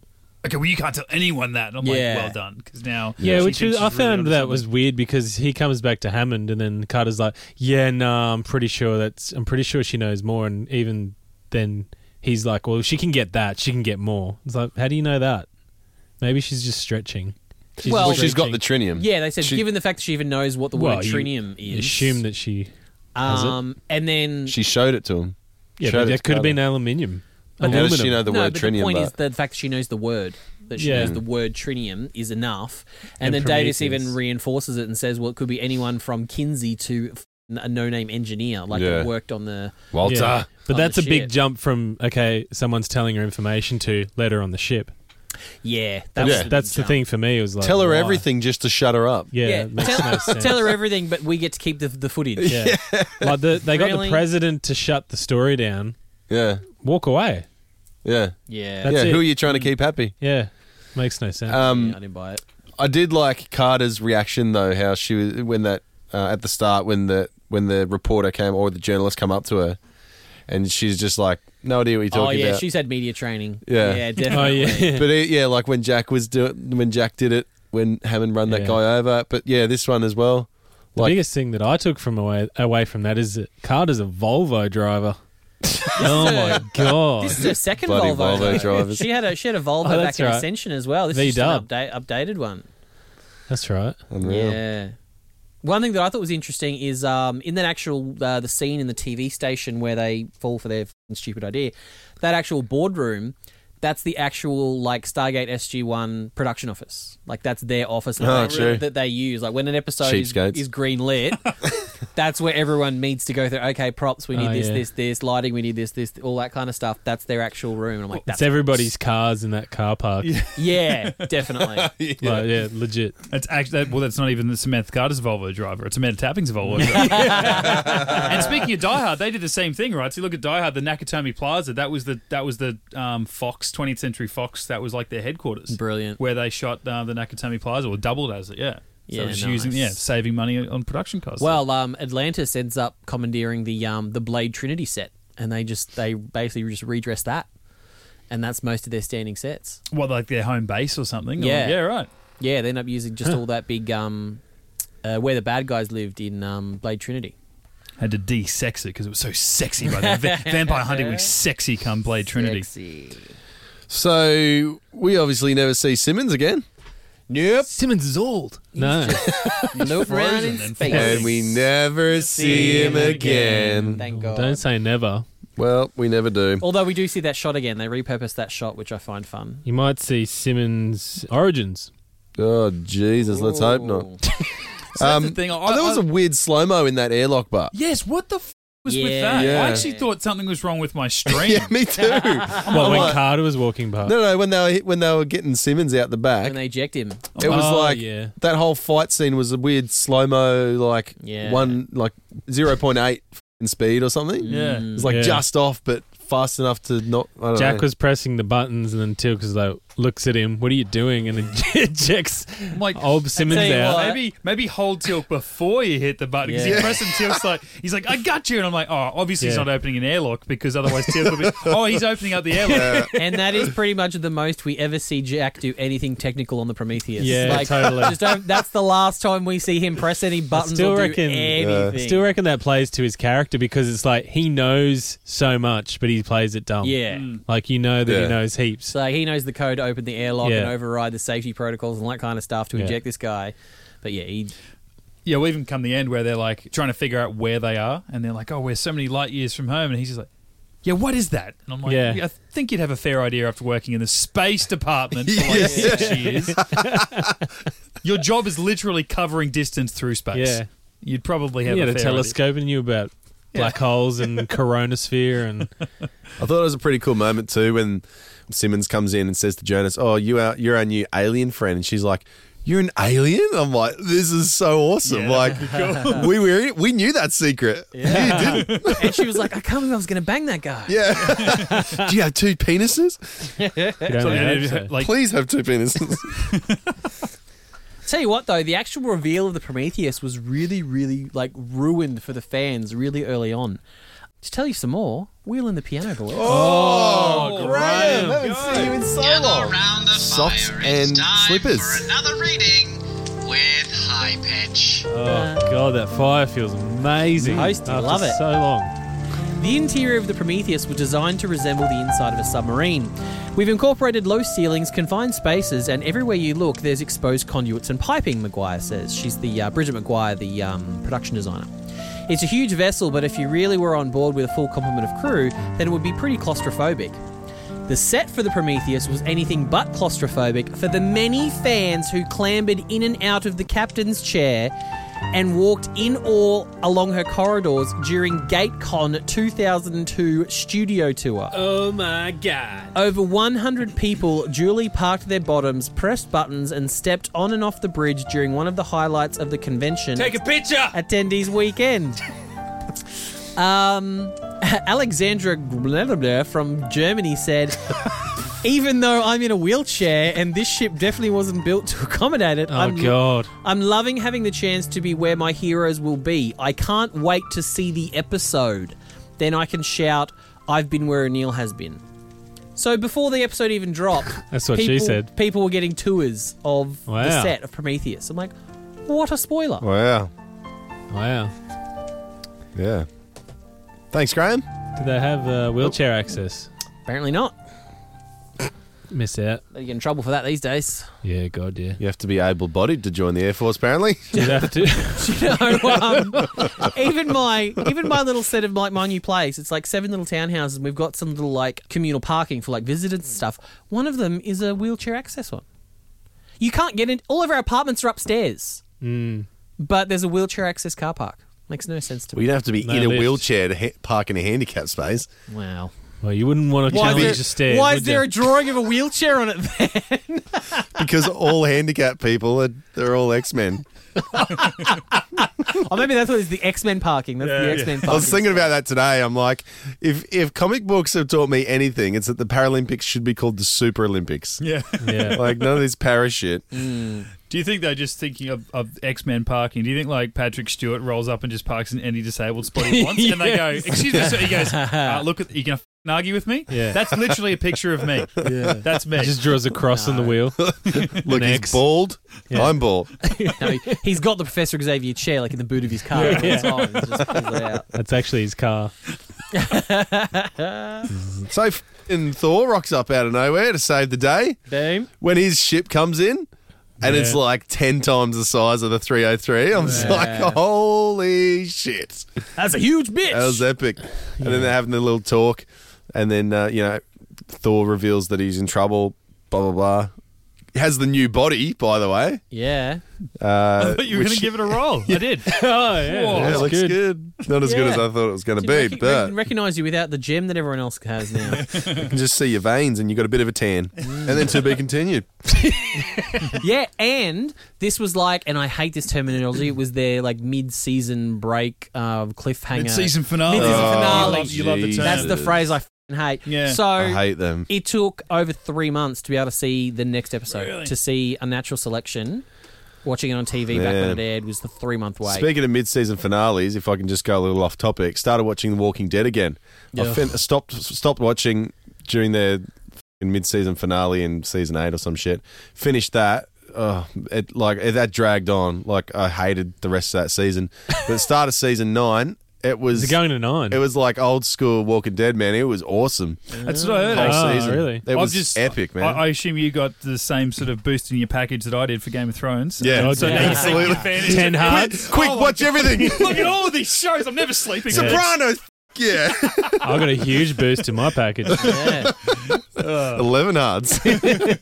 A: okay, well you can't tell anyone that. And I'm
H: Yeah.
A: like, well done, because now
C: Yeah,
A: she
C: which
A: thinks
C: was, I
A: she's really
C: found
A: onto
C: that
A: something.
C: was weird because he comes back to Hammond and then Carter's like, "Yeah, no, I'm pretty sure that's I'm pretty sure she knows more." And even then, he's like, "Well, she can get that. She can get more." It's like, how do you know that? Maybe she's just stretching. She's
H: Well-
D: Well,
C: just
D: she's got the
C: stretching.
D: trinium.
H: Yeah, they said
D: She-
H: given the fact that she even knows what the
C: Well,
H: word
C: you
H: trinium is,
C: Assume that she. has it.
H: Um, and then
D: She showed it to him.
C: Yeah,
D: Showed
C: but
D: it
C: that
D: to
C: could have
D: Carter.
C: been aluminium.
D: How does she
C: Aluminum.
D: know the
H: no,
D: word
H: but
D: trinium?
H: the point
D: though?
H: is the fact that she knows the word that she
C: Yeah.
H: knows the word trinium is enough,
C: And
H: and, then Davis
C: Prometheus.
H: even reinforces it and says, "Well, it could be anyone from Kinsey to f- a no-name engineer, like
D: Yeah.
H: that worked on the
D: Walter.
C: Yeah. But
H: on the
C: that's a big
H: ship.
C: jump from okay, someone's telling her information to let her on the ship.
H: yeah."
C: That's,
H: That was the big
C: that's the
H: jump.
C: thing for me. It was like
D: Tell her
C: why?
D: everything just to shut her up.
C: Oh, Yeah,
H: Yeah,
C: it makes
H: tell,
C: no sense.
H: tell her everything, but we get to keep the the footage.
C: Yeah, like the, they got
H: Really?
C: the president to shut the story down.
D: Yeah.
C: Walk away.
D: Yeah.
H: Yeah,
C: That's
D: yeah. Who
C: it.
D: are you trying to keep happy?
C: Yeah, makes no sense.
D: Um,
H: yeah, I didn't buy it.
D: I did like Carter's reaction though, how she was when that uh, at the start when the when the reporter came or the journalist come up to her, and she's just like, "No idea what you're
H: Oh
D: talking
H: yeah,
D: about."
H: she's had media training.
D: Yeah.
H: yeah,
C: oh
H: definitely.
C: yeah,
D: but it, yeah, like when Jack was doing when Jack did it when Hammond run that
C: Yeah.
D: guy over. But yeah, this one as well.
C: the
D: like-
C: biggest thing that I took from away away from that is that Carter's a Volvo driver. oh my god!
H: This is her second
D: Bloody
H: Volvo.
D: Volvo
H: though.
D: drivers.
H: She had a she had a Volvo
C: Oh,
H: back
C: that's
H: in
C: right.
H: Ascension as well. This is just an
C: V-dub.
H: update, updated one.
C: That's right.
D: Unreal.
H: Yeah. One thing that I thought was interesting is um, in that actual uh, the scene in the TV station where they fall for their f***ing stupid idea, that actual boardroom, that's the actual like Stargate SG One production office. Like that's their office that,
D: Oh,
H: they,
D: true.
H: that they use. Like when an episode is,
D: Cheapskates.
H: is green lit, that's where everyone meets to go through. Okay, props. We need
C: Oh,
H: this,
C: yeah.
H: this, this lighting. We need this, this, all that kind of stuff. That's their actual room. And I'm like, that's
C: it's everybody's cars in that car park. Yeah,
H: yeah, definitely.
C: like, yeah legit.
A: That's actually that, well. That's not even the Samantha Carter's Volvo driver. It's Amanda Tapping's Volvo driver. and speaking of Die Hard, they did the same thing, right? So you look at Die Hard, the Nakatomi Plaza. That was the that was the um, Fox 20th Century Fox. That was like their headquarters.
H: Brilliant.
A: Where they shot uh, the Nakatomi Plaza or doubled as it. Yeah. So
H: Yeah,
A: it's
H: nice.
A: using yeah saving money on production costs.
H: Well, um, Atlantis ends up commandeering the um, the Blade Trinity set, and they just they basically just redress that, and that's most of their standing sets.
A: what like their home base or something? Or-
H: Yeah.
A: yeah, right.
H: Yeah, they end up using just all that big um, uh, where the bad guys lived in um, Blade Trinity.
A: Had to de-sex it because it was so sexy. By then, Va- vampire hunting was sexy. Come Blade Trinity.
H: Sexy.
D: So we obviously never see Simmons again. Nope.
C: Simmons is old. No,
H: Look around in
A: and
H: space.
D: And we never see him again.
H: Thank God.
C: don't say never.
D: Well, we never do.
H: Although we do see that shot again, they repurposed that shot, which I find fun.
C: You might see Simmons' origins.
D: Oh Jesus, let's hope
H: Ooh.
D: not.
A: So that's
D: Um,
A: the thing. I,
D: oh, there was
A: I-
D: a weird slow mo in that airlock bar.
A: yes. What the f- was with
H: Yeah.
A: that?
D: Yeah.
A: I actually thought something was wrong with my stream.
D: Yeah, me too.
C: Well, when
D: like-
C: Carter was walking past.
D: no, no, when they were when they were getting Simmons out the back,
H: when they eject him.
D: it was
C: Oh,
D: like
C: yeah.
D: that whole fight scene was a weird slow mo, like
H: Yeah.
D: one like zero point eight in speed or something.
A: Yeah.
H: Mm.
D: It was like
C: Yeah.
D: just off, but fast enough to not. I don't
C: Jack
D: know.
C: was pressing the buttons, and then Tilk was like, looks at him, what are you doing? And then ejects
A: I'm like,
C: Ob Simmons
H: tell you
C: out.
H: Oh, what.
A: Maybe maybe hold Tilk before you hit the button because
H: Yeah.
A: you press and Tilk's like he's like I got you and I'm like oh obviously he's
C: Yeah.
A: not opening an airlock because otherwise Tilk would be oh he's opening up the airlock
H: and that is pretty much the most we ever see Jack do anything technical on the Prometheus.
C: Yeah,
H: like,
C: totally.
H: Just don't, that's the last time we see him press any buttons
C: still
H: or do
C: reckon-
H: anything.
C: Still reckon that plays to his character because it's like he knows so much, but he plays it dumb.
H: Yeah.
C: Like you know that he
D: Yeah.
C: knows heaps.
H: So like, he knows the code to open the airlock
C: Yeah.
H: and override the safety protocols and that kind of stuff to
C: Yeah.
H: eject this guy. But yeah, he,
A: yeah we even come the end where they're like trying to figure out where they are and they're like oh we're so many light years from home and he's just like yeah what is that and I'm like
C: Yeah.
A: I think you'd have a fair idea after working in the space department for like six years your job is literally covering distance through space
C: Yeah.
A: you'd probably have
C: He had
A: a
C: a
A: fair
C: telescope and knew about black holes and coronosphere and
D: I thought it was a pretty cool moment too when Simmons comes in and says to Jonas, "Oh, you are you're our new alien friend," and she's like. You're an alien? I'm like, this is so awesome. Like, we were, we knew that secret. You didn't.
H: and she was like, I can't believe I was going to bang that guy.
D: Yeah. Do you have two penises?
C: You'd only hope
A: idea.
C: so.
A: like
D: Please have two penises.
H: Tell you what, though, the actual reveal of the Prometheus was really, really like ruined for the fans really early on. To tell you some more, wheel in the piano, boys.
D: Oh, Graham, haven't seen you in so long. Socks and slippers.
I: another reading with high pitch.
C: Oh god, that fire feels amazing.
H: Toasty,
C: after
H: love it.
C: So long.
H: The interior of the Prometheus was designed to resemble the inside of a submarine. We've incorporated low ceilings, confined spaces, and everywhere you look, there's exposed conduits and piping, McGuire says. She's the uh, Bridget McGuire, the um, production designer. It's a huge vessel, but if you really were on board with a full complement of crew, then it would be pretty claustrophobic. The set for the Prometheus was anything but claustrophobic for the many fans who clambered in and out of the captain's chair and walked in awe along her corridors during GateCon 2002 studio tour.
C: Oh my god.
H: Over 100 people duly parked their bottoms, pressed buttons, and stepped on and off the bridge during one of the highlights of the convention
A: a picture
H: attendees weekend. um, Alexandra Glebler from Germany said, "Even though I'm in a wheelchair and this ship definitely wasn't built to accommodate it,
C: Oh
H: I'm,
C: god.
H: I'm loving having the chance to be where my heroes will be. I can't wait to see the episode. Then I can shout, "I've been where O'Neill has been." So before the episode even dropped,
C: That's what she
H: people,
C: said.
H: People were getting tours of the
C: Wow.
H: set of Prometheus. I'm like, what a spoiler!
D: Wow.
C: Wow.
D: Yeah. Thanks, Graham.
C: Do they have uh, wheelchair access?
H: Apparently not.
C: Miss out.
H: They get in trouble for that these days.
C: Yeah, god yeah.
D: You have to be able bodied to join the Air Force, apparently.
C: You'd have to
H: You know, um, even my even my little set of like my new place, it's like seven little townhouses. and We've got some little like communal parking for like visitors and stuff. One of them is a wheelchair access one. You can't get in. All of our apartments are upstairs,
D: Mm.
H: but there's a wheelchair access car park. Makes no sense to
D: Well,
H: me.
D: you'd have to be
C: No
D: in a
C: lift.
D: wheelchair to ha- park in a handicap space.
H: Wow.
C: Well, you wouldn't want to
H: Why
C: challenge
H: is,
C: the
H: there,
C: stairs.
H: why
C: would
H: is there
C: ya?
H: a drawing of a wheelchair on it? There?
D: Because all handicap people are they're all X Men.
H: Oh, maybe that's what it's the X Men parking. That's the X Men
D: I
H: parking.
D: was thinking about that today. I'm like, if if comic books have taught me anything, it's that the Paralympics should be called the Super Olympics.
A: yeah
C: Yeah.
D: Like none of this para shit.
A: Do you think they're just thinking of, of X Men parking? Do you think like Patrick Stewart rolls up and just parks in any disabled spot he wants, and they go, "Excuse me," so he goes, uh, "Look, at, you gonna f***ing argue with me?
C: Yeah.
A: That's literally a picture of me. Yeah. That's me.
C: He just draws a cross on the wheel.
D: Look,
C: X.
D: he's bald. I'm bald.
H: No, he- he's got the Professor Xavier chair like in the boot of his car. all the time. He just pulls it out.
C: That's actually his car.
D: So and Thor rocks up out of nowhere to save the day
H: Boom.
D: when his ship comes in. And it's
C: Yeah.
D: like 10 times the size of the 303. I'm just like, holy shit.
H: That's a huge bitch.
D: That was epic. And then they're having their little talk. And then, uh, you know, Thor reveals that he's in trouble, blah, blah, blah. has the new body, by the way.
H: Yeah.
J: Uh,
A: I thought you were going
J: which-
A: to give it a roll. I did.
C: Oh yeah,
A: Whoa.
D: Yeah,
C: that's
D: it looks
C: good.
D: good. Not as good as
H: Yeah.
D: I thought it was going to
H: Didn't
D: be,
H: rec-
D: but
H: rec- recognize you without the gem that everyone else has now.
D: you can just see your veins and you got a bit of a tan. and then to be continued.
H: yeah, and this was like, and I hate this terminology. It was their like mid-season break uh, cliffhanger.
A: Mid-season finale.
H: Mid-season
A: You
H: finale.
A: love- You love, the
D: Jeez.
A: term.
H: That's the
D: Jesus.
H: phrase I f***ing hate.
A: Yeah.
H: So
D: I hate them.
H: it took over three months to be able to see the next episode.
A: Really?
H: To see a natural selection, watching it on TV back
D: Yeah.
H: when it aired was the three-month wait.
D: Speaking of mid-season finales, if I can just go a little off topic, started watching The Walking Dead again. I fin- stopped stopped watching during their f***ing mid-season finale in season eight or some shit. Finished that. Oh, it like it, that dragged on. Like I hated the rest of that season. But start of season nine, it was
C: Is it going to nine?
D: it was like old school Walking Dead, man. It was awesome.
A: That's what I heard.
D: Whole
A: actually.
C: Ah,
D: season,
C: really?
D: It
A: I've
D: was
A: just-
D: epic, man.
A: I, I assume you got the same sort of boost in your package that I did for Game of Thrones.
D: yeah,
A: So now you take advantage.
C: Ten hard.
D: Quick, watch everything.
A: Look at all these shows. I'm never sleeping.
D: Sopranos. f- Yeah,
C: I got a huge boost in my package.
H: yeah.
D: eleven odds.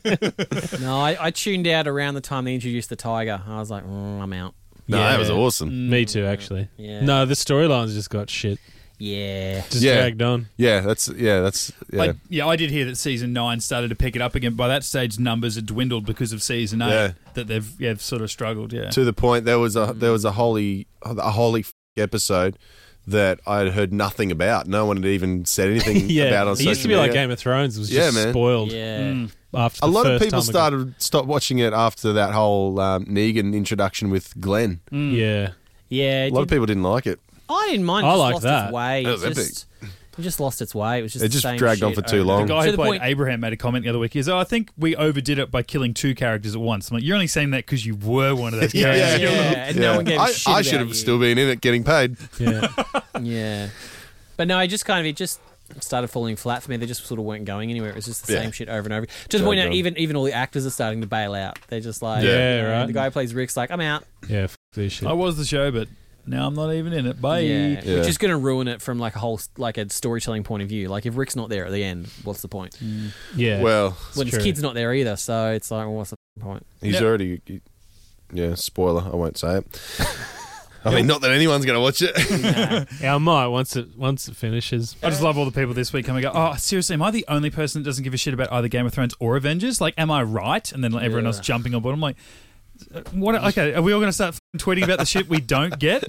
H: No, I, I tuned out around the time they introduced the tiger. I was like, mm, I'm out.
D: No,
C: Yeah.
D: that was awesome.
C: Me too, actually.
H: Yeah.
C: No, the storylines just got shit.
H: Yeah.
C: Just
D: Yeah.
C: dragged on.
D: Yeah, that's yeah, that's yeah.
A: I, yeah, I did hear that season nine started to pick it up again. By that stage, numbers had dwindled because of season eight.
D: Yeah.
A: That they've yeah sort of struggled. Yeah,
D: to the point, there was a there was a holy a holy f- episode that I had heard nothing about. No one had even said anything
C: Yeah,
D: about on
C: it
D: social
C: used to be
D: media.
C: like Game of Thrones. It was
D: Yeah,
C: just
D: man.
C: spoiled
H: Yeah.
A: Mm.
C: after
D: a
C: the
D: lot of
C: first
D: people
C: time it got-
D: started stopped watching it after that whole um, Negan introduction with Glenn.
H: Mm.
C: Yeah,
H: Yeah.
D: A
H: it
D: lot of
H: did-
D: people didn't like it.
H: I didn't mind. It
C: I
H: just
C: like
H: lost
C: that.
H: Its way.
D: That was
H: it just, It just lost its way. It was just
D: It
H: the
D: just
H: same
D: dragged on
H: shit
D: for too
H: over-
D: long.
A: The guy
H: To
A: who
H: the
A: played
H: point-
A: Abraham made a comment the other week. He goes, "Oh, I think we overdid it by killing two characters at once." I'm like, "You're only saying that because you were one of those
C: Yeah,
A: characters."
H: Yeah, and no one gave a
D: I,
H: shit
D: I
H: about
D: should have
H: you.
D: still been in it getting paid.
C: yeah.
H: Yeah, but no, I just kind of it just started falling flat for me. They just sort of weren't going anywhere. It was just the
D: Yeah.
H: same shit over and over. To the point now, even even all the actors are starting to bail out. They're just like,
C: Yeah,
H: you know,
C: right.
H: The guy who plays Rick's like, I'm out.
C: Yeah, f- this
H: Oh.
C: shit.
A: I was the show, but now I'm not even in it. Bye.
H: Yeah.
D: Yeah.
H: which is going to ruin it from like a whole like a storytelling point of view. Like if Rick's not there at the end, what's the point?
C: yeah.
D: Well,
H: When his
C: true.
H: kid's not there either, so it's like, well, what's the point?
D: he's
A: Yeah.
D: already. Yeah, spoiler. I won't say it. I mean, not that anyone's going to watch it.
C: yeah, I might once it once it finishes.
A: I just love all the people this week coming. Go, oh, seriously, am I the only person that doesn't give a shit about either Game of Thrones or Avengers? Like, am I right? And then like, everyone else jumping on board. I'm like, what? Okay, are we all going to start f***ing tweeting about the shit we don't get?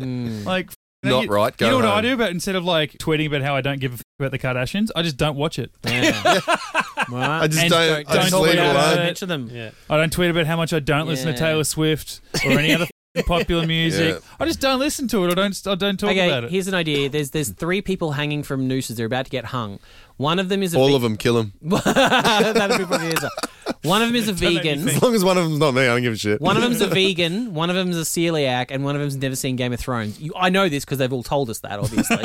H: Mm,
A: Like, f-
D: Not
A: you-
D: right, go
A: you know what I
D: home.
A: do? But instead of like tweeting about how I don't give a f- about the Kardashians, I just don't watch it.
H: Yeah.
D: I just
A: And
D: don't. I
A: don't
D: just
A: talk
D: leave it
A: about
D: alone.
A: it.
H: Mention them.
C: Yeah.
A: I don't tweet about how much I don't listen to
H: Yeah.
A: Taylor Swift or any other f***ing popular music. I just don't listen to it. I don't. I don't talk
H: okay,
A: about it.
H: here's an idea. There's there's three people hanging from nooses. They're about to get hung. One of them is a
D: All of them kill him.
H: That'd be probably the answer. One of them is a vegan.
D: As long as one of them's not me, I don't give a shit.
H: One of them's a vegan, one of them's a celiac, and one of them's never seen Game of Thrones. You, I know this because they've all told us that, obviously.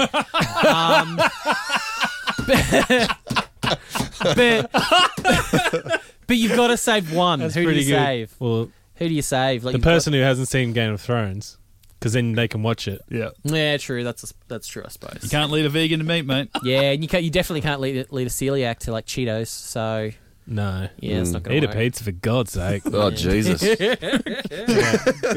H: um, but, but you've got to save one. Who do you save?
C: Well,
H: Who do you save? Like
C: the
H: you've got-
C: person who hasn't seen Game of Thrones, because then they can watch it.
A: yeah,
H: Yeah, true. That's a, that's true. I
A: you
H: suppose.
A: can't lead a vegan to meat, mate.
H: Yeah, and you can You definitely can't lead, a- lead a celiac to like Cheetos. So
C: No.
H: yeah, it's not going
C: Eat
H: to
C: a
H: work.
C: pizza for God's sake.
D: Oh Jesus!
A: There's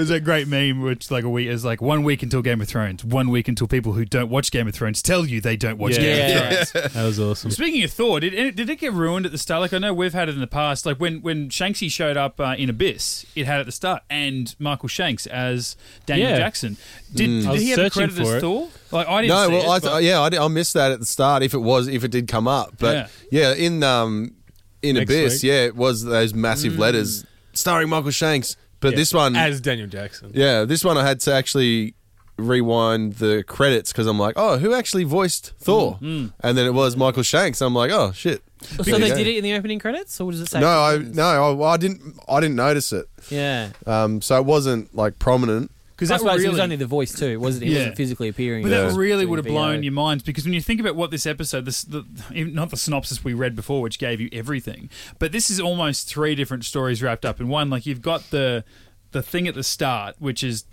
A: that great meme which like a week is like one week until Game of Thrones, one week until people who don't watch Game of Thrones tell you they don't watch
C: Yeah.
A: Game of
H: Yeah.
A: Thrones.
C: that was awesome.
A: Speaking of Thor, did it, did it get ruined at the start? Like I know we've had it in the past. Like when when Shanksy showed up uh, in Abyss, it had at the start, and Michael Shanks as Daniel
C: Yeah.
A: Jackson. Did,
C: I
A: did
C: was
A: he have the
C: searching
A: credit as
C: for it.
A: Thor? Like I didn't.
D: Mm. No,
A: see
D: well, I
A: it,
D: th-
A: but-
D: yeah, I, did- I missed that at the start. If it was, if it did come up, but yeah, in um, in
C: Next
D: Abyss,
C: week.
D: yeah, it was those massive letters starring Michael Shanks. But this one,
C: as Daniel Jackson.
D: yeah, this one I had to actually rewind the credits because I'm like, oh, who actually voiced Thor? And then it was Michael Shanks. I'm like, oh shit.
H: So
K: eh?
H: they did it in the opening credits, or does it say?
D: No, I no, I, I didn't. I didn't notice it.
H: Yeah,
D: Um, so it wasn't like prominent.
A: because
H: I
A: that
H: suppose
A: really,
H: it was only the voice too. It wasn't. He
A: Yeah.
H: wasn't physically appearing.
A: But that
H: Yeah.
A: really
H: Doing
A: would have
H: VO.
A: blown your minds because when you think about what this episode, this the, even- not the synopsis we read before, which gave you everything, but this is almost three different stories wrapped up in one. Like you've got the the thing at the start, which is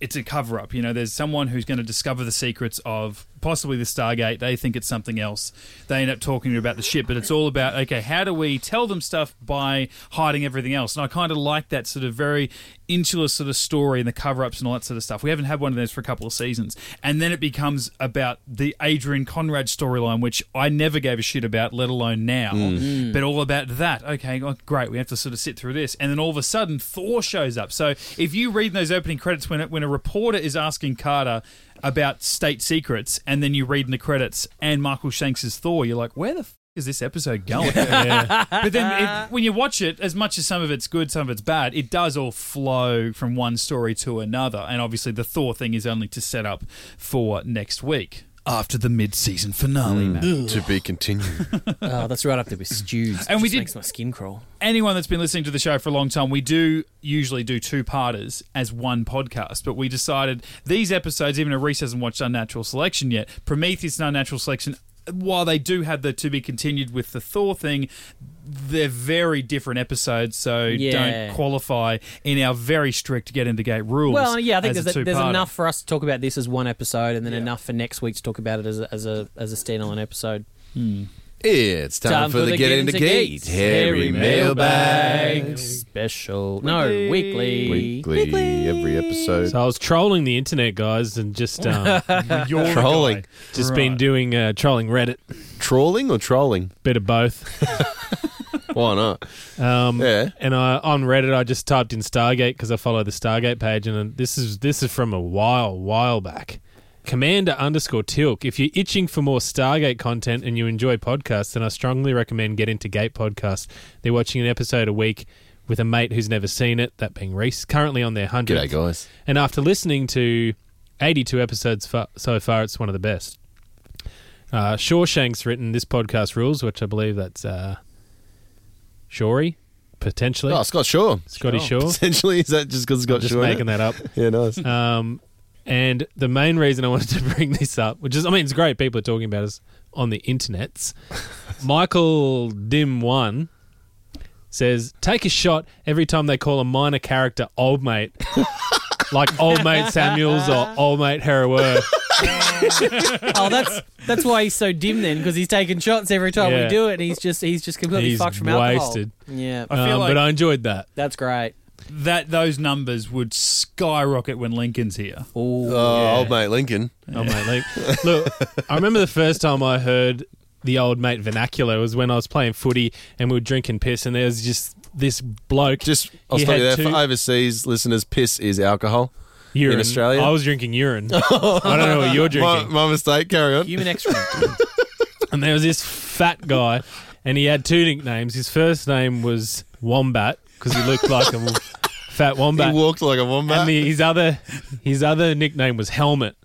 A: it's a cover up. You know, there's someone who's going to discover the secrets of possibly the Stargate. They think it's something else. They end up talking about the ship, but it's all about okay, how do we tell them stuff by hiding everything else? And I kind of like that sort of very insular sort of story and the cover ups and all that sort of stuff. We haven't had one of those for a couple of seasons, and then it becomes about the Adrian Conrad storyline, which I never gave a shit about, let alone now. But all about that. Okay, well, great. We have to sort of sit through this, and then all of a sudden Thor shows up. So if you read those opening credits when it, when a reporter is asking Carter about state secrets, and then you read in the credits and Michael Shanks is Thor, you're like, where the f- is this episode going? But then it, when you watch it, as much as some of it's good, some of it's bad, it does all flow from one story to another. And obviously, the Thor thing is only to set up for next week after the mid-season finale. mate.
K: to be continued.
H: Oh, that's right up there with stews.
A: And we did-
H: makes my skin crawl.
A: anyone that's been listening to the show for a long time, we do usually do two parters as one podcast, but we decided these episodes, even if Reese hasn't watched Unnatural Selection yet, Prometheus and Unnatural Selection, while they do have the to be continued with the Thor thing, they're very different episodes, so
H: Yeah.
A: don't qualify in our very strict get in the gate rules.
H: Well, yeah, I think
A: as
H: there's,
A: a
H: a, there's
A: two-parter.
H: enough for us to talk about this as one episode, and then enough for next week to talk about it as a as a, as a standalone episode.
K: It's time, for, the Get Into Gate. Hairy mailbag.
H: special. No, weekly.
K: Weekly, every episode.
C: So I was trolling the internet, guys, and just um,
H: uh,
A: You're the
K: Trolling.
A: guy.
C: just
A: Right.
C: been doing uh, trolling Reddit,
K: Trawling or trolling?
C: bit of both.
K: Why not?
C: Um,
K: Yeah.
C: And I, on Reddit, I just typed in Stargate because I follow the Stargate page, and then this is this is from a while while back. Commander underscore Tilk. If you're itching for more Stargate content and you enjoy podcasts, then I strongly recommend Get Into Gate podcast. They're watching an episode a week with a mate who's never seen it, that being Reese, currently on their 100th.
K: G'day, guys.
C: And after listening to 82 episodes fa- so far, it's one of the best. Uh, Shawshank's written this podcast rules, which I believe that's uh, Shory, potentially.
K: Oh, Scott Shaw.
C: Scotty Shaw.
K: Essentially, is that just because Scott
C: Just
K: Shaw? in
C: making
K: it?
C: that up.
K: Yeah, nice.
C: Um, and the main reason I wanted to bring this up, which is, I mean, it's great people are talking about us on the internets. Michael Dim One says, "Take a shot every time they call a minor character old mate, like old mate Samuels or old mate Harawer."
H: Oh, that's that's why he's so dim then, because he's taking shots every time
C: Yeah.
H: we do it, and he's just he's Uh, just completely
C: He's
H: fucked from
C: wasted.
H: alcohol. Yeah,
A: I feel
C: Um,
A: like
C: but I enjoyed that.
H: that's great.
A: that those numbers would skyrocket when Lincoln's here.
K: Oh, old mate Lincoln.
C: Old mate Link. Look, I remember the first time I heard the old mate vernacular was when I was playing footy and we were drinking piss, and there was just this bloke.
K: Just, I'll
C: he
K: stop you there.
C: had
K: For
C: two-
K: overseas listeners, piss is alcohol.
C: urine.
K: Australia?
C: I was drinking urine. I don't know what you're
K: My,
C: drinking.
K: my mistake. Carry on.
H: Human excrement.
C: And there was this fat guy, and he had two nicknames. His first name was Wombat because he looked like a fat
K: he
C: wombat,
K: walked like a wombat.
C: and the, his other his other nickname was Helmet.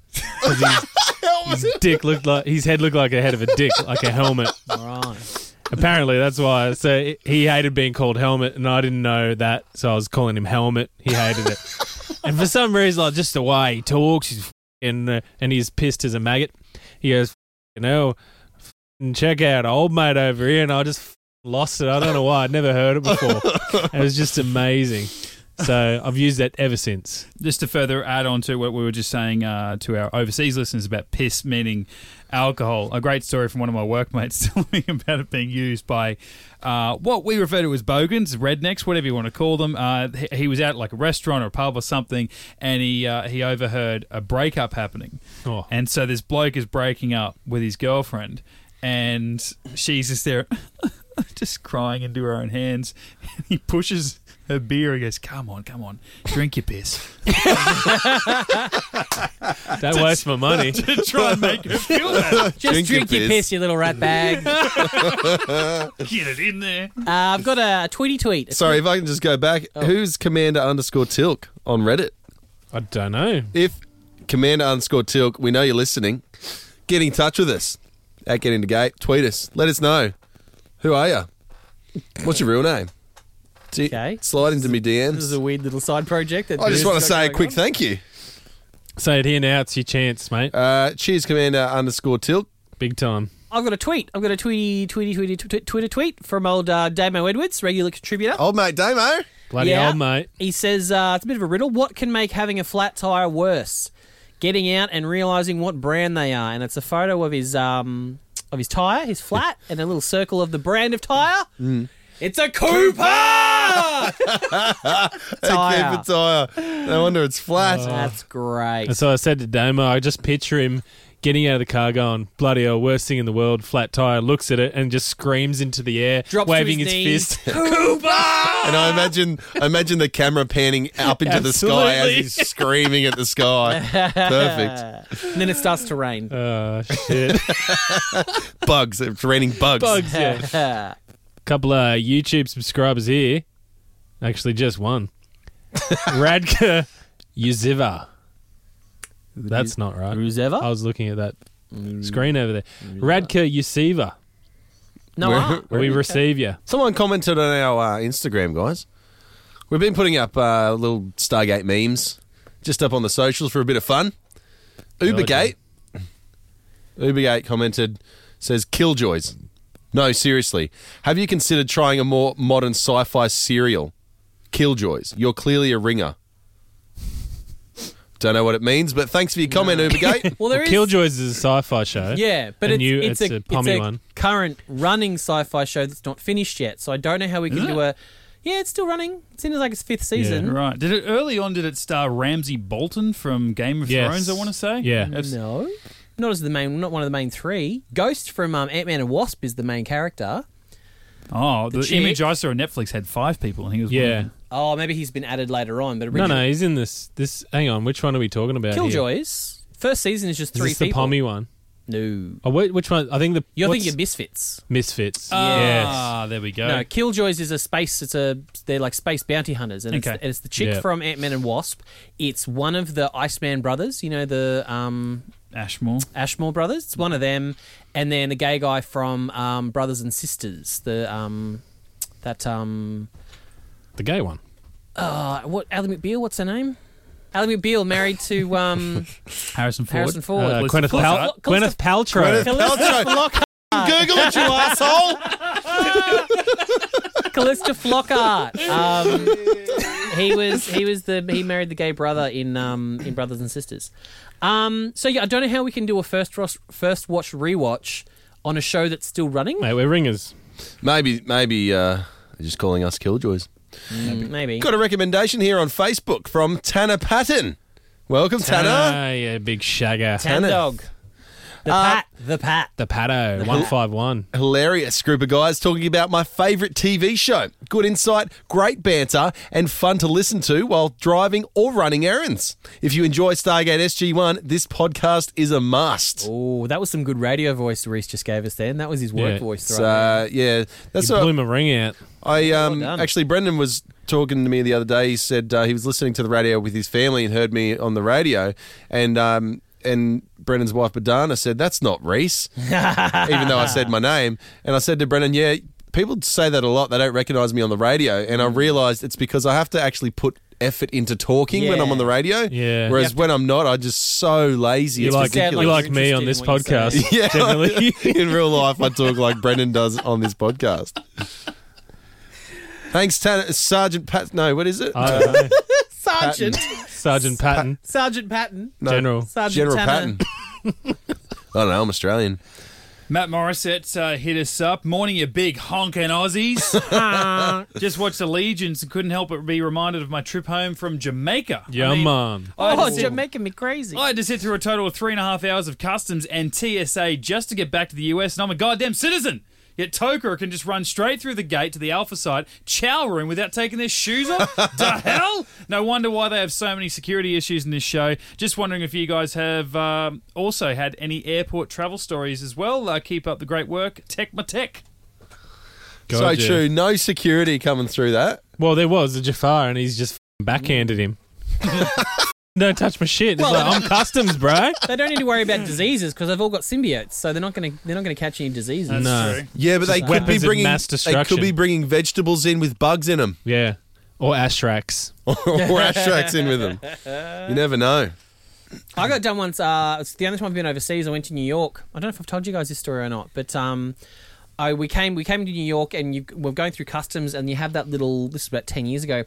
C: 'cause his- His dick looked like his head looked like a head of a dick, like a helmet.
H: right.
C: Apparently, that's why. So it- he hated being called Helmet, and I didn't know that, so I was calling him Helmet. He hated it, and for some reason, like just the way he talks, he's and uh, and he's pissed as a maggot. He goes, you know, and check out old mate over here, and I just f***ing lost it. I don't know why. I'd never heard it before. it was just amazing. So I've used that ever since.
A: just to further add on to what we were just saying uh, to our overseas listeners about piss meaning alcohol, a great story from one of my workmates telling me about it being used by uh, what we refer to as bogans, rednecks, whatever you want to call them. Uh, he, he was out like a restaurant or a pub or something, and he uh, he overheard a breakup happening,
C: Oh.
A: and so this bloke is breaking up with his girlfriend, and she's just there. just crying into her own hands. He pushes her beer. He goes, "Come on, come on, drink your piss."
C: That wastes my money.
A: to try and make her feel better.
H: Just drink,
K: Drink your
H: your
K: piss.
H: piss, you little rat bag. Uh,
A: Get it in there.
H: I've got a tweety tweet.
K: Sorry, if I can just go back.
H: Oh.
K: Who's Commander underscore Tilk on Reddit?
C: I don't know.
K: If Commander underscore Tilk, we know you're listening. Get in touch with us at Get Into Gate. Tweet us. Let us know. Who are you? What's your real name? D-
H: Okay.
K: Slide into me
H: This is
K: DMs.
H: a weird little side project. That
K: I just want to say a quick
H: thing.
K: thank you.
C: Say it here now. It's your chance, mate.
K: Uh, cheers, Commander underscore Tilk.
C: Big time.
H: I've got a tweet. I've got a tweety, tweety, tweety, tw- tw- Twitter tweet from old uh, Damo Edwards, regular contributor.
K: Old mate Damo.
C: Bloody
H: Yeah.
C: old mate.
H: He says uh, it's a bit of a riddle. What can make having a flat tire worse? getting out and realizing what brand they are, and it's a photo of his um of his tire, his flat, and a little circle of the brand of tire. It's a Cooper. Tire.
D: Keep a tire. No wonder it's flat.
H: That's great.
C: And so I said to Damo, I just picture him getting out of the car going, bloody hell, worst thing in the world, flat tire, looks at it and just screams into the air,
H: Drops to
C: waving
H: his
C: his,
H: knees.
C: fist.
D: And I imagine, I imagine the camera panning up into the sky as
C: Absolutely.
D: he's screaming at the sky. Perfect.
H: And then it starts to rain.
C: Oh, shit.
D: Bugs. It's raining bugs.
C: Bugs, yeah. Couple of YouTube subscribers here. Actually, just one. Radka Yuziva. That's not right. I
H: Ruzeva?
C: was looking at that screen over there. Radka Yusiva.
H: No, I-
C: We receive you.
D: Someone commented on our uh, Instagram, guys. We've been putting up uh, little Stargate memes just up on the socials for a bit of fun. Ubergate. Ubergate commented, says, Killjoys. No, seriously. Have you considered trying a more modern sci fi serial? Killjoys. You're clearly a ringer. Don't know what it means, but thanks for your comment, Ubergate.
H: well, there is.
C: Killjoys is a sci-fi show.
H: Yeah, but
C: And
H: it's,
C: you-
H: it's,
C: it's
H: a,
C: a pommy
H: it's a
C: one.
H: current running sci-fi show that's not finished yet. So I don't know how we can do a. Yeah, it's still running. It's in like its fifth season.
A: Right. Did it early on? Did it star Ramsey Bolton from Game of
C: Yes.
A: Thrones? I want to say.
C: Yeah.
A: That's-
H: No, not as the main. Not one of the main three. Ghost from um, Ant Man and Wasp is the main character.
A: Oh, the,
H: chick.
A: image I saw on Netflix had five people, and he was One
C: Yeah.
A: of them.
H: Oh, maybe he's been added later on. But
C: No,
H: originally,
C: no, he's in this. This. Hang on, which one are we talking about? here?
H: Killjoys. First season is just
C: Is
H: three
C: this
H: people.
C: the Pommy one?
H: No,
C: Oh, wait, which one? I think the.
H: you're
C: what's- Oh.
H: thinking of Misfits.
C: Misfits. yes.
A: Ah, there we go.
H: No, Killjoys is a space. It's a they're like space bounty hunters, and
A: Okay.
H: it's, it's the chick
C: Yeah.
H: from Ant Man and Wasp. It's one of the Iceman brothers. You know the um,
A: Ashmore.
H: Ashmore brothers. It's one of them, and then the gay guy from um, Brothers and Sisters. The um, that um,
C: The gay one.
H: uh, what Ally McBeal? What's her name? Ally McBeal married to um,
A: Harrison Ford.
H: Harrison Ford.
C: Uh,
A: Calista
C: Gwyneth, Pal-
H: Calista-
C: Gwyneth
H: Calista-
C: Paltrow.
H: Callista Flockhart.
D: Google it, you asshole!
H: Callista Flockhart. Um, he was he was the he married the gay brother in um, in Brothers and Sisters. Um, so yeah, I don't know how we can do a first ros- first watch rewatch on a show that's still running.
C: Mate, we're ringers.
D: Maybe, maybe uh, they're just calling us Killjoys.
H: Maybe.
D: Got a recommendation here on Facebook from Tanner Patton. Welcome, Tanner.
C: Ah, yeah, big shagger.
H: Tan
D: Tanner.
H: dog. The pat. The pat.
C: the Pato. One five one.
D: Hilarious group of guys talking about my favourite TV show. Good insight, great banter, and fun to listen to while driving or running errands. If you enjoy Stargate SG1, this podcast is a must.
H: Oh, that was some good radio voice Reese just gave us there, and that was his work
C: Yeah.
H: voice. Right there.
D: So yeah, that's
C: You
D: what-
C: blew my ring out.
D: I um
H: done.
D: actually Brendan was talking to me the other day. He said uh, he was listening to the radio with his family and heard me on the radio, and um and Brendan's wife Badana said that's not Reese, even though I said my name. And I said to Brendan, yeah, people say that a lot. They don't recognise me on the radio, and I realised it's because I have to actually put effort into talking when I'm
H: Yeah.
D: on the radio.
C: Yeah. You
D: Whereas
C: have
D: when I'm not, I'm just so lazy.
C: You
D: it's
C: like,
D: ridiculous.
C: you like
H: you're
C: me on this
H: interested in what
C: podcast.
D: Yeah.
C: Generally.
D: in real life, I talk like Brendan does on this podcast. Thanks, Tan- Sergeant Pat. No, what is it?
C: I don't know.
H: Sergeant.
C: Sergeant Patton.
H: Sergeant Patton.
D: No,
C: General.
H: Sergeant
D: General Patton.
H: Tanner.
D: I don't know. I'm Australian.
A: Matt Morissette uh, hit us up. Morning, you big honking Aussies. Just watched Allegiance and couldn't help but be reminded of my trip home from Jamaica. I
C: Yeah,
A: mean,
C: man.
A: I
H: Oh,
A: just-
H: you're making me crazy.
A: I had to sit through a total of three and a half hours of customs and TSA just to get back to the US, and I'm a goddamn citizen. Yet Toker can just run straight through the gate to the Alpha site, chow room without taking their shoes off? the hell? No wonder why they have so many security issues in this show. Just wondering if you guys have um, also had any airport travel stories as well. Uh, keep up the great work. Tech my tech.
D: So
C: Gotcha.
D: true. No security coming through that.
C: Well, there was a Jafar, and he's just f***ing backhanded him. Don't touch my shit. He's like, I'm customs, bro.
H: They don't need to worry about diseases because they've all got symbiotes, so they're not going to they're not going to catch any diseases.
A: That's
C: No.
A: true.
D: Yeah, but they could
C: weapons
D: be
C: of
D: bringing
C: mass
D: they
C: destruction.
D: could be bringing vegetables in with bugs in them
C: Yeah. Or Ashrax.
D: or ashtrax in with them. You never know.
H: I got done once. Uh, it's the only time I've been overseas. I went to New York. I don't know if I've told you guys this story or not, but um, I we came we came to New York and you we're going through customs and you have that little. This is about ten years ago.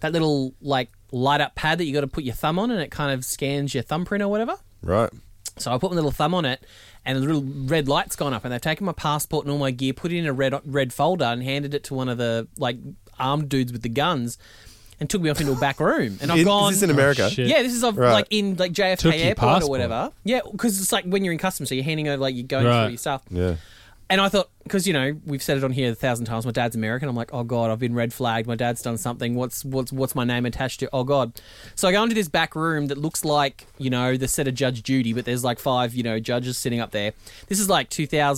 H: That little like light up pad that you got to put your thumb on, and it kind of scans your thumbprint or whatever.
K: Right.
H: So I put my little thumb on it, and a little red light's gone up, and they've taken my passport and all my gear, put it in a red red folder, and handed it to one of the like armed dudes with the guns, and took me off into a back room. And I've
K: Is-
H: gone.
K: is this in America?
C: Oh, shit.
H: Yeah, this is of,
K: Right.
H: like in like JFK
C: Took your
H: Airport or
C: passport.
H: whatever. Yeah, because it's like when you're in customs, so you're handing over like you're going
C: Right.
H: through your stuff.
K: Yeah.
H: And I thought, because you know we've said it on here a thousand times, my dad's American. I'm like, oh god, I've been red flagged. My dad's done something. What's what's what's my name attached to? Oh god. So I go into this back room that looks like you know the set of Judge Judy, but there's like five you know judges sitting up there. This is like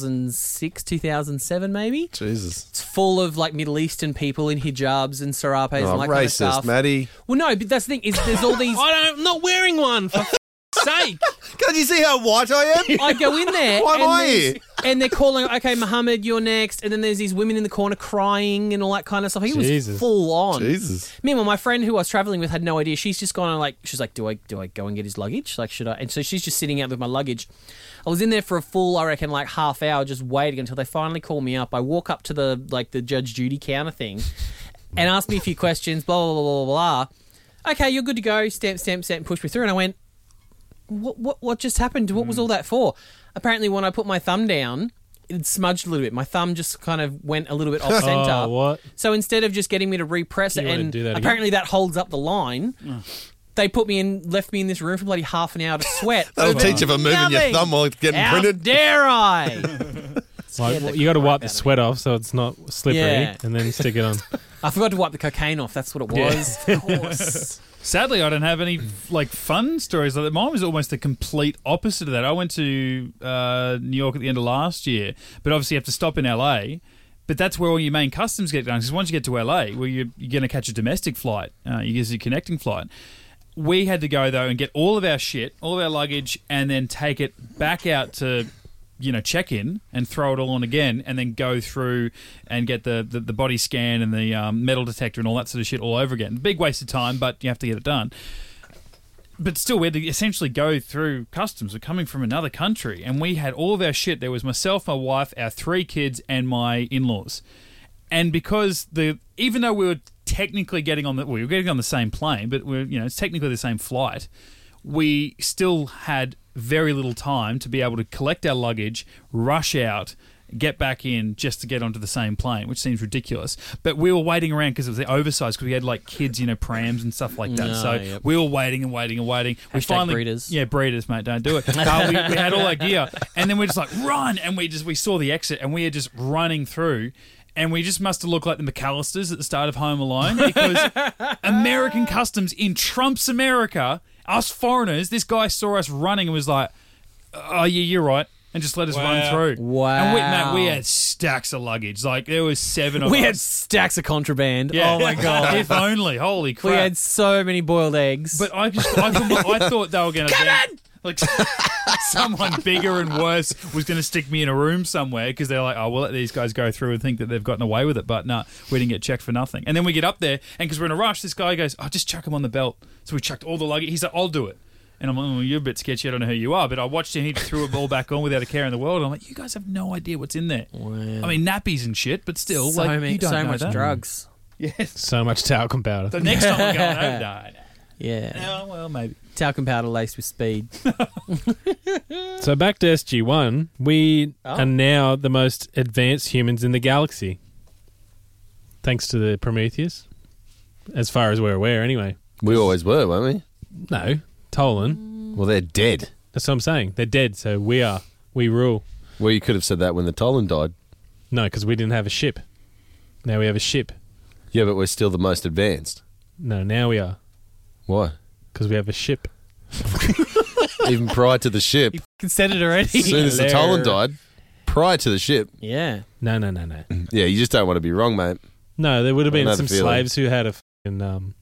H: 2006, 2007, maybe.
K: Jesus.
H: It's full of like Middle Eastern people in hijabs and serapes and
K: Oh,
H: all that kind of
K: racist,
H: stuff.
K: Maddie.
H: Well, no, but that's the thing is there's all these.
C: I don't, I'm not wearing one for f- sake.
K: Can't you see how white I am?
H: I go in there.
K: Why am
H: and
K: I
H: there's-
K: here?
H: And they're calling, okay, Mohammed, you're next. And then there's these women in the corner crying and all that kind of stuff. He
C: Jesus.
H: was full on.
K: Jesus.
H: Meanwhile, my friend who I was traveling with had no idea. She's just gone and like, she's like, do I do I go and get his luggage? Like, should I? And so she's just sitting out with my luggage. I was in there for a full, I reckon, like half hour, just waiting until they finally call me up. I walk up to the like the Judge Judy counter thing, and ask me a few questions. Blah blah blah blah blah. blah. Okay, you're good to go. Stamp stamp stamp. Push me through, and I went what what what just happened? What was
C: Hmm.
H: all that for? Apparently, when I put my thumb down, it smudged a little bit. My thumb just kind of went a little bit off center.
C: Oh, what?
H: So instead of just getting me to repress
C: You
H: it,
C: wanna
H: and
C: do that again?
H: apparently that holds up the line. They put me in, left me in this room for bloody half an hour to sweat.
K: That'll
H: over
K: teach you for moving your
H: nothing.
K: thumb while it's getting
H: How
K: printed.
H: dare I?
C: Like,
H: the
C: Oh, you got to
H: crap
C: wipe
H: out
C: the
H: of
C: sweat off so it's not slippery,
H: Yeah.
C: and then stick it on.
H: I forgot to wipe the cocaine off. That's what it was. Of course.
A: Sadly, I don't have any like fun stories like that. Mine was almost the complete opposite of that. I went to uh, New York at the end of last year, but obviously you have to stop in LA. But that's where all your main customs get done because once you get to LA, well, you're, you're going to catch a domestic flight. Uh, you get a connecting flight. We had to go though and get all of our shit, all of our luggage, and then take it back out to you know check in and throw it all on again and then go through and get the, the, the body scan and the um, metal detector and all that sort of shit all over again big waste of time but you have to get it done but still we had to essentially go through customs we're coming from another country and we had all of our shit there was myself my wife our three kids and my in-laws and because the even though we were technically getting on the we were getting on the same plane but we're you know it's technically the same flight we still had very little time to be able to collect our luggage rush out get back in just to get onto the same plane which seems ridiculous but we were waiting around because it was the oversized because we had like kids you know prams and stuff like that so
H: yep.
A: we were waiting and waiting and waiting we
H: Hashtag breeders.
A: yeah breeders mate don't do it Uh, we, we had all our gear and then we're just like run and we just we saw the exit and we are just running through and we just must have looked like the McAllisters at the start of Home Alone because American customs in Trump's America, us foreigners, this guy saw us running and was like, "Oh yeah, you're right," and just let us run through.
H: Wow.
A: And we, mate, we had stacks of luggage. Like there was seven of
H: we
A: us.
H: had stacks of contraband.
A: Yeah.
H: Oh my god.
A: if only. Holy crap!
H: We had so many boiled eggs.
A: But I just I, thought- I thought they were going to like someone bigger and worse was going to stick me in a room somewhere because they're like, oh, we'll let these guys go through and think that they've gotten away with it, but no, we didn't get checked for nothing. And then we get up there, and because we're in a rush, this guy goes, oh, just chuck him on the belt. So we chucked all the luggage. He's like, I'll do it. And I'm like, oh, you're a bit sketchy. I don't know who you are, but I watched him. He threw it all back on without a care in the world. I'm like, you guys have no idea what's in there. I mean, nappies and shit, but still,
H: so,
A: like,
H: many,
A: you don't
H: so
A: know
H: much
A: that.
H: drugs.
C: so much talcum powder.
A: The next time I'm going, oh, no,
H: Yeah.
A: no, no, well, maybe.
H: talcum powder laced with speed.
C: So back to SG One, we
H: Oh.
C: are now the most advanced humans in the galaxy, thanks to the Prometheus. As far as we're aware, anyway.
K: We always were, weren't
C: No, Tolan.
K: we? Well, they're dead.
C: That's what I'm saying. They're dead, so we are. We rule.
K: Well, you could have said that when the Tolan died.
C: No, because we didn't have a ship. Now we have a ship.
K: Yeah, but we're still the most advanced.
C: No, now we are
K: Why?
C: because we have a ship.
K: Even prior to the ship,
H: Can set it already.
K: as soon as the Tolan died, prior to the ship.
H: Yeah.
C: No, no, no, no.
K: Yeah, you just don't want to be wrong, mate.
C: No, there would have been
K: Another
C: some
K: feeling.
C: slaves who had a fucking, um,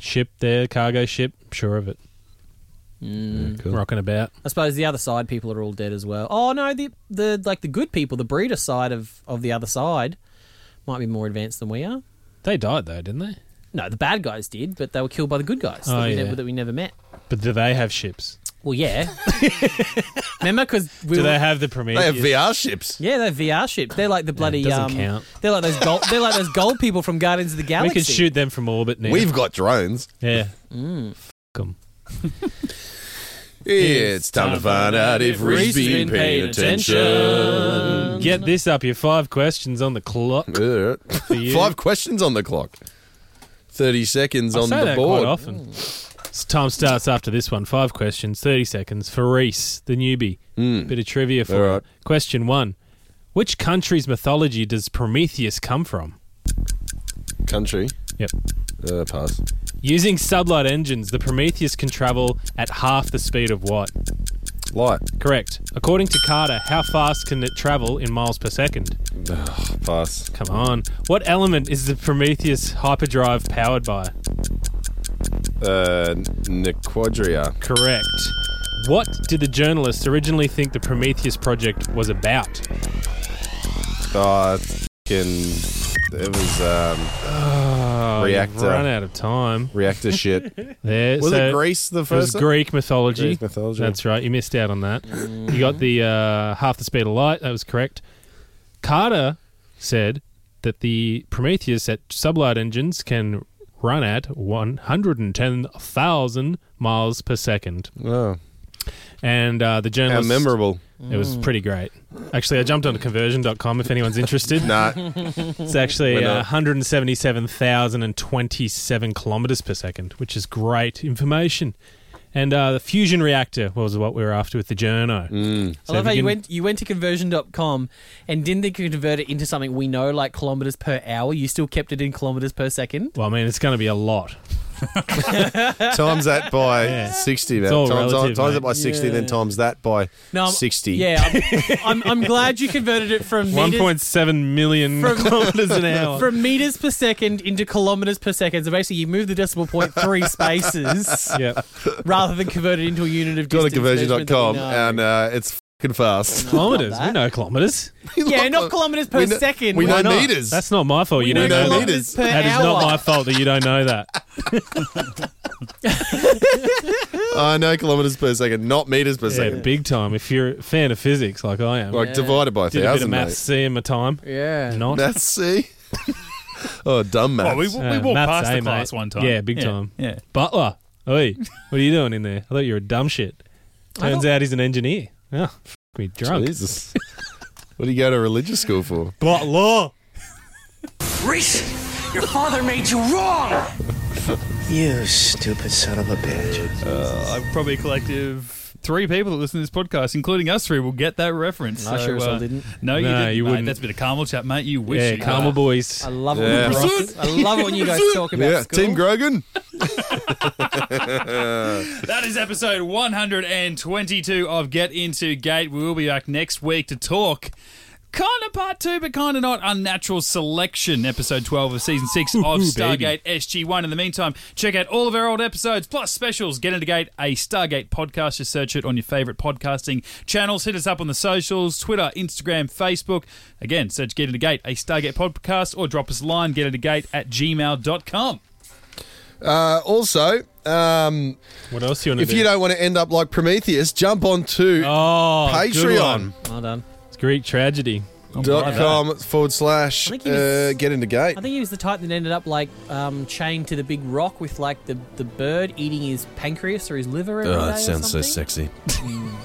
C: ship there, cargo ship. sure of it,
H: Mm.
K: Cool.
C: rocking about.
H: I suppose the other side people are all dead as well. Oh no, the the like the good people, the breeder side of of the other side, might be more advanced than we are.
C: They died though, didn't they?
H: No, the bad guys did, but they were killed by the good guys
C: Oh,
H: that, we
C: yeah.
H: never, that we never met.
C: But do they have ships?
H: Well, yeah. Remember, because we
C: Do
H: were,
C: they have the premiere?
D: They have VR ships.
H: yeah, they're VR ships. They're like the bloody
C: doesn't
H: um,
C: count.
H: they're like those gold, they're like those gold people from Guardians of the
C: we
H: Galaxy.
C: can shoot them from orbit now.
D: We've Mm. got drones.
C: yeah.
D: It's time to find out if
C: Reese's
D: Reese's been
C: been
D: paying
C: paying
D: attention.
C: Get this up. Your five questions on the clock.
D: Ugh.
C: you.
D: Five questions on the clock. Thirty seconds
C: I
D: on
C: say
D: the
C: that
D: board.
C: quite often. S- Time starts after this one. Five questions, thirty seconds for Reese, the newbie.
D: Mm.
C: Bit of trivia for
D: All
C: you.
D: right.
C: question one: Which country's mythology does Prometheus come from?
D: Country.
C: Yep.
D: Uh, pass.
C: Using sublight engines, the Prometheus can travel at half the speed of what?
D: Light.
C: Correct. According to Carter, how fast can it travel in miles per second?
D: Ugh, pass.
C: Come on. What element is the Prometheus hyperdrive powered by?
D: Uh, Nequadria.
C: Correct. What did the journalists originally think the Prometheus project was about?
D: Uh, fucking. It was um,
C: Oh, we've
D: Reactor.
C: Run out of time.
D: reactor shit.
C: There.
D: Was
C: so
D: it Greece
C: It
D: the
C: was
D: first? one?
C: Greek mythology.
D: Greek mythology.
C: That's right. You missed out on that. You got the uh, half the speed of light. That was correct. Carter said that the Prometheus at sublight engines can run at 110,000 miles per second.
D: Oh,
C: And uh, the
D: how
C: journalist.
D: memorable.
C: It was pretty great. Actually, I jumped onto conversion.com if anyone's interested.
D: Nah,
C: It's actually
D: We're
C: uh,
D: not.
C: 177,027 kilometers per second, which is great information. And uh, the fusion reactor was what we were after with the journo.
H: I
C: So
H: love
C: if
H: how you
C: can-
H: went you went to conversion.com and didn't think you could convert it into something we know like kilometers per hour. You still kept it in kilometers per second.
C: Well, I mean, it's going to be a lot.
D: times that by
C: Yeah.
D: sixty, man.
C: It's all
D: Times,
C: relative,
D: times
C: mate.
D: it by sixty, then times that by
H: No, I'm-
D: sixty.
H: Yeah, I'm, I'm, I'm glad you converted it from meters,
C: 1.7 million
H: From-
C: kilometers an hour.
H: from meters per second into kilometers per second. So basically, you move the decimal point three spaces
C: yeah.
H: rather than convert it into a unit of
D: Go to
H: distance measurement that we
D: conversion.com
H: know.
D: and uh, it's fucking fast.
C: Kilometers.
H: that.
C: We know kilometers.
H: yeah, not kilometers per
D: Um, We kn-
H: second.
D: We
H: Why
D: know
H: not?
D: meters.
C: That's not my fault. You
D: know
C: don't know that.
D: meters.
H: per
C: That is
H: hour.
C: not my fault that you don't know that.
D: I know kilometers per second, not meters per
C: Yeah,
D: second.
C: big time. If you're a fan of physics like I am,
D: Like divided by
C: did a bit of
D: thousand.
C: maths,
D: Maths.
C: see in my time.
H: Yeah.
C: Not.
D: maths C. oh, dumb maths.
A: Oh, we, we
C: Uh,
A: walked
C: maths
A: past
C: A,
A: the class
C: mate.
A: one time.
C: Yeah, big time.
A: Yeah.
C: Butler, oi, what are you doing in there? I thought you were a dumb shit. Turns out he's an engineer. Oh, f- me drunk.
D: Jesus. what do you go to religious school for?
C: Butler.
L: Reese, your father made you wrong! you stupid son of a bitch.
A: Uh, probably a collective three people that listen to this podcast, including us three, will get that reference. uh,
H: I sure as hell didn't.
A: No, you
C: No,
A: didn't.
C: you
A: mate.
C: wouldn't.
A: That's a bit of Carmel chat, mate. You wish.
C: Yeah,
A: you
C: Carmel boys.
H: I love
D: Yeah.
H: when you guys, I love it when you guys talk about
D: yeah,
H: school.
D: Tim Grogan.
A: That is episode 122 of Get Into Gate. We will be back next week to talk. Kind of part two, but kind of not unnatural selection, episode 12 of season six of Stargate SG1. In the meantime, check out all of our old episodes plus specials. Get into Gate, a Stargate podcast. Just search it on your favorite podcasting channels. Hit us up on the socials Twitter, Instagram, Facebook. Again, search Get into Gate, a Stargate podcast, or drop us a line, get into gate at gmail.com.
D: Uh, also, um,
C: What else do you want to
D: if you don't want to end up like Prometheus, jump on to
C: Oh, good one.
D: Patreon.com
H: Well done.
C: It's Greek tragedy.
D: forward slash
H: I think he
D: uh,
H: was-
D: get into gate.
H: I think he was the type that ended up like um, chained to the big rock with like the, the bird eating his pancreas or his liver. every
D: Oh,
H: day or something.
D: sexy.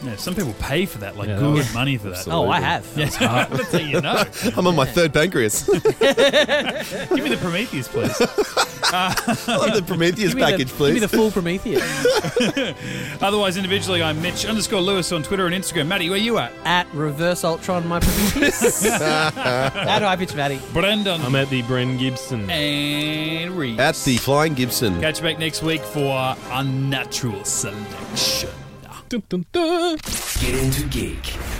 A: Yeah, some people pay for that, like
C: Yeah,
A: good
C: that-
A: money for that.
H: Oh, I have.
A: That's how you know.
D: I'm on my third pancreas.
A: Give me the Prometheus, please.
D: I'll have the Prometheus
H: Give me the-
D: package,
H: Give me
D: please.
H: the full Prometheus
A: Otherwise, individually, I'm Mitch underscore Lewis on Twitter and Instagram. Matty, where you at?
H: at reverse Ultron. My Prometheus at high pitch Maddie.
A: Brendan
C: I'm at the Bren Gibson.
A: and Reed.
D: At the Flying Gibson.
A: Catch you back next week for Unnatural Selection.
C: Dun, dun, dun.
L: Get into geek.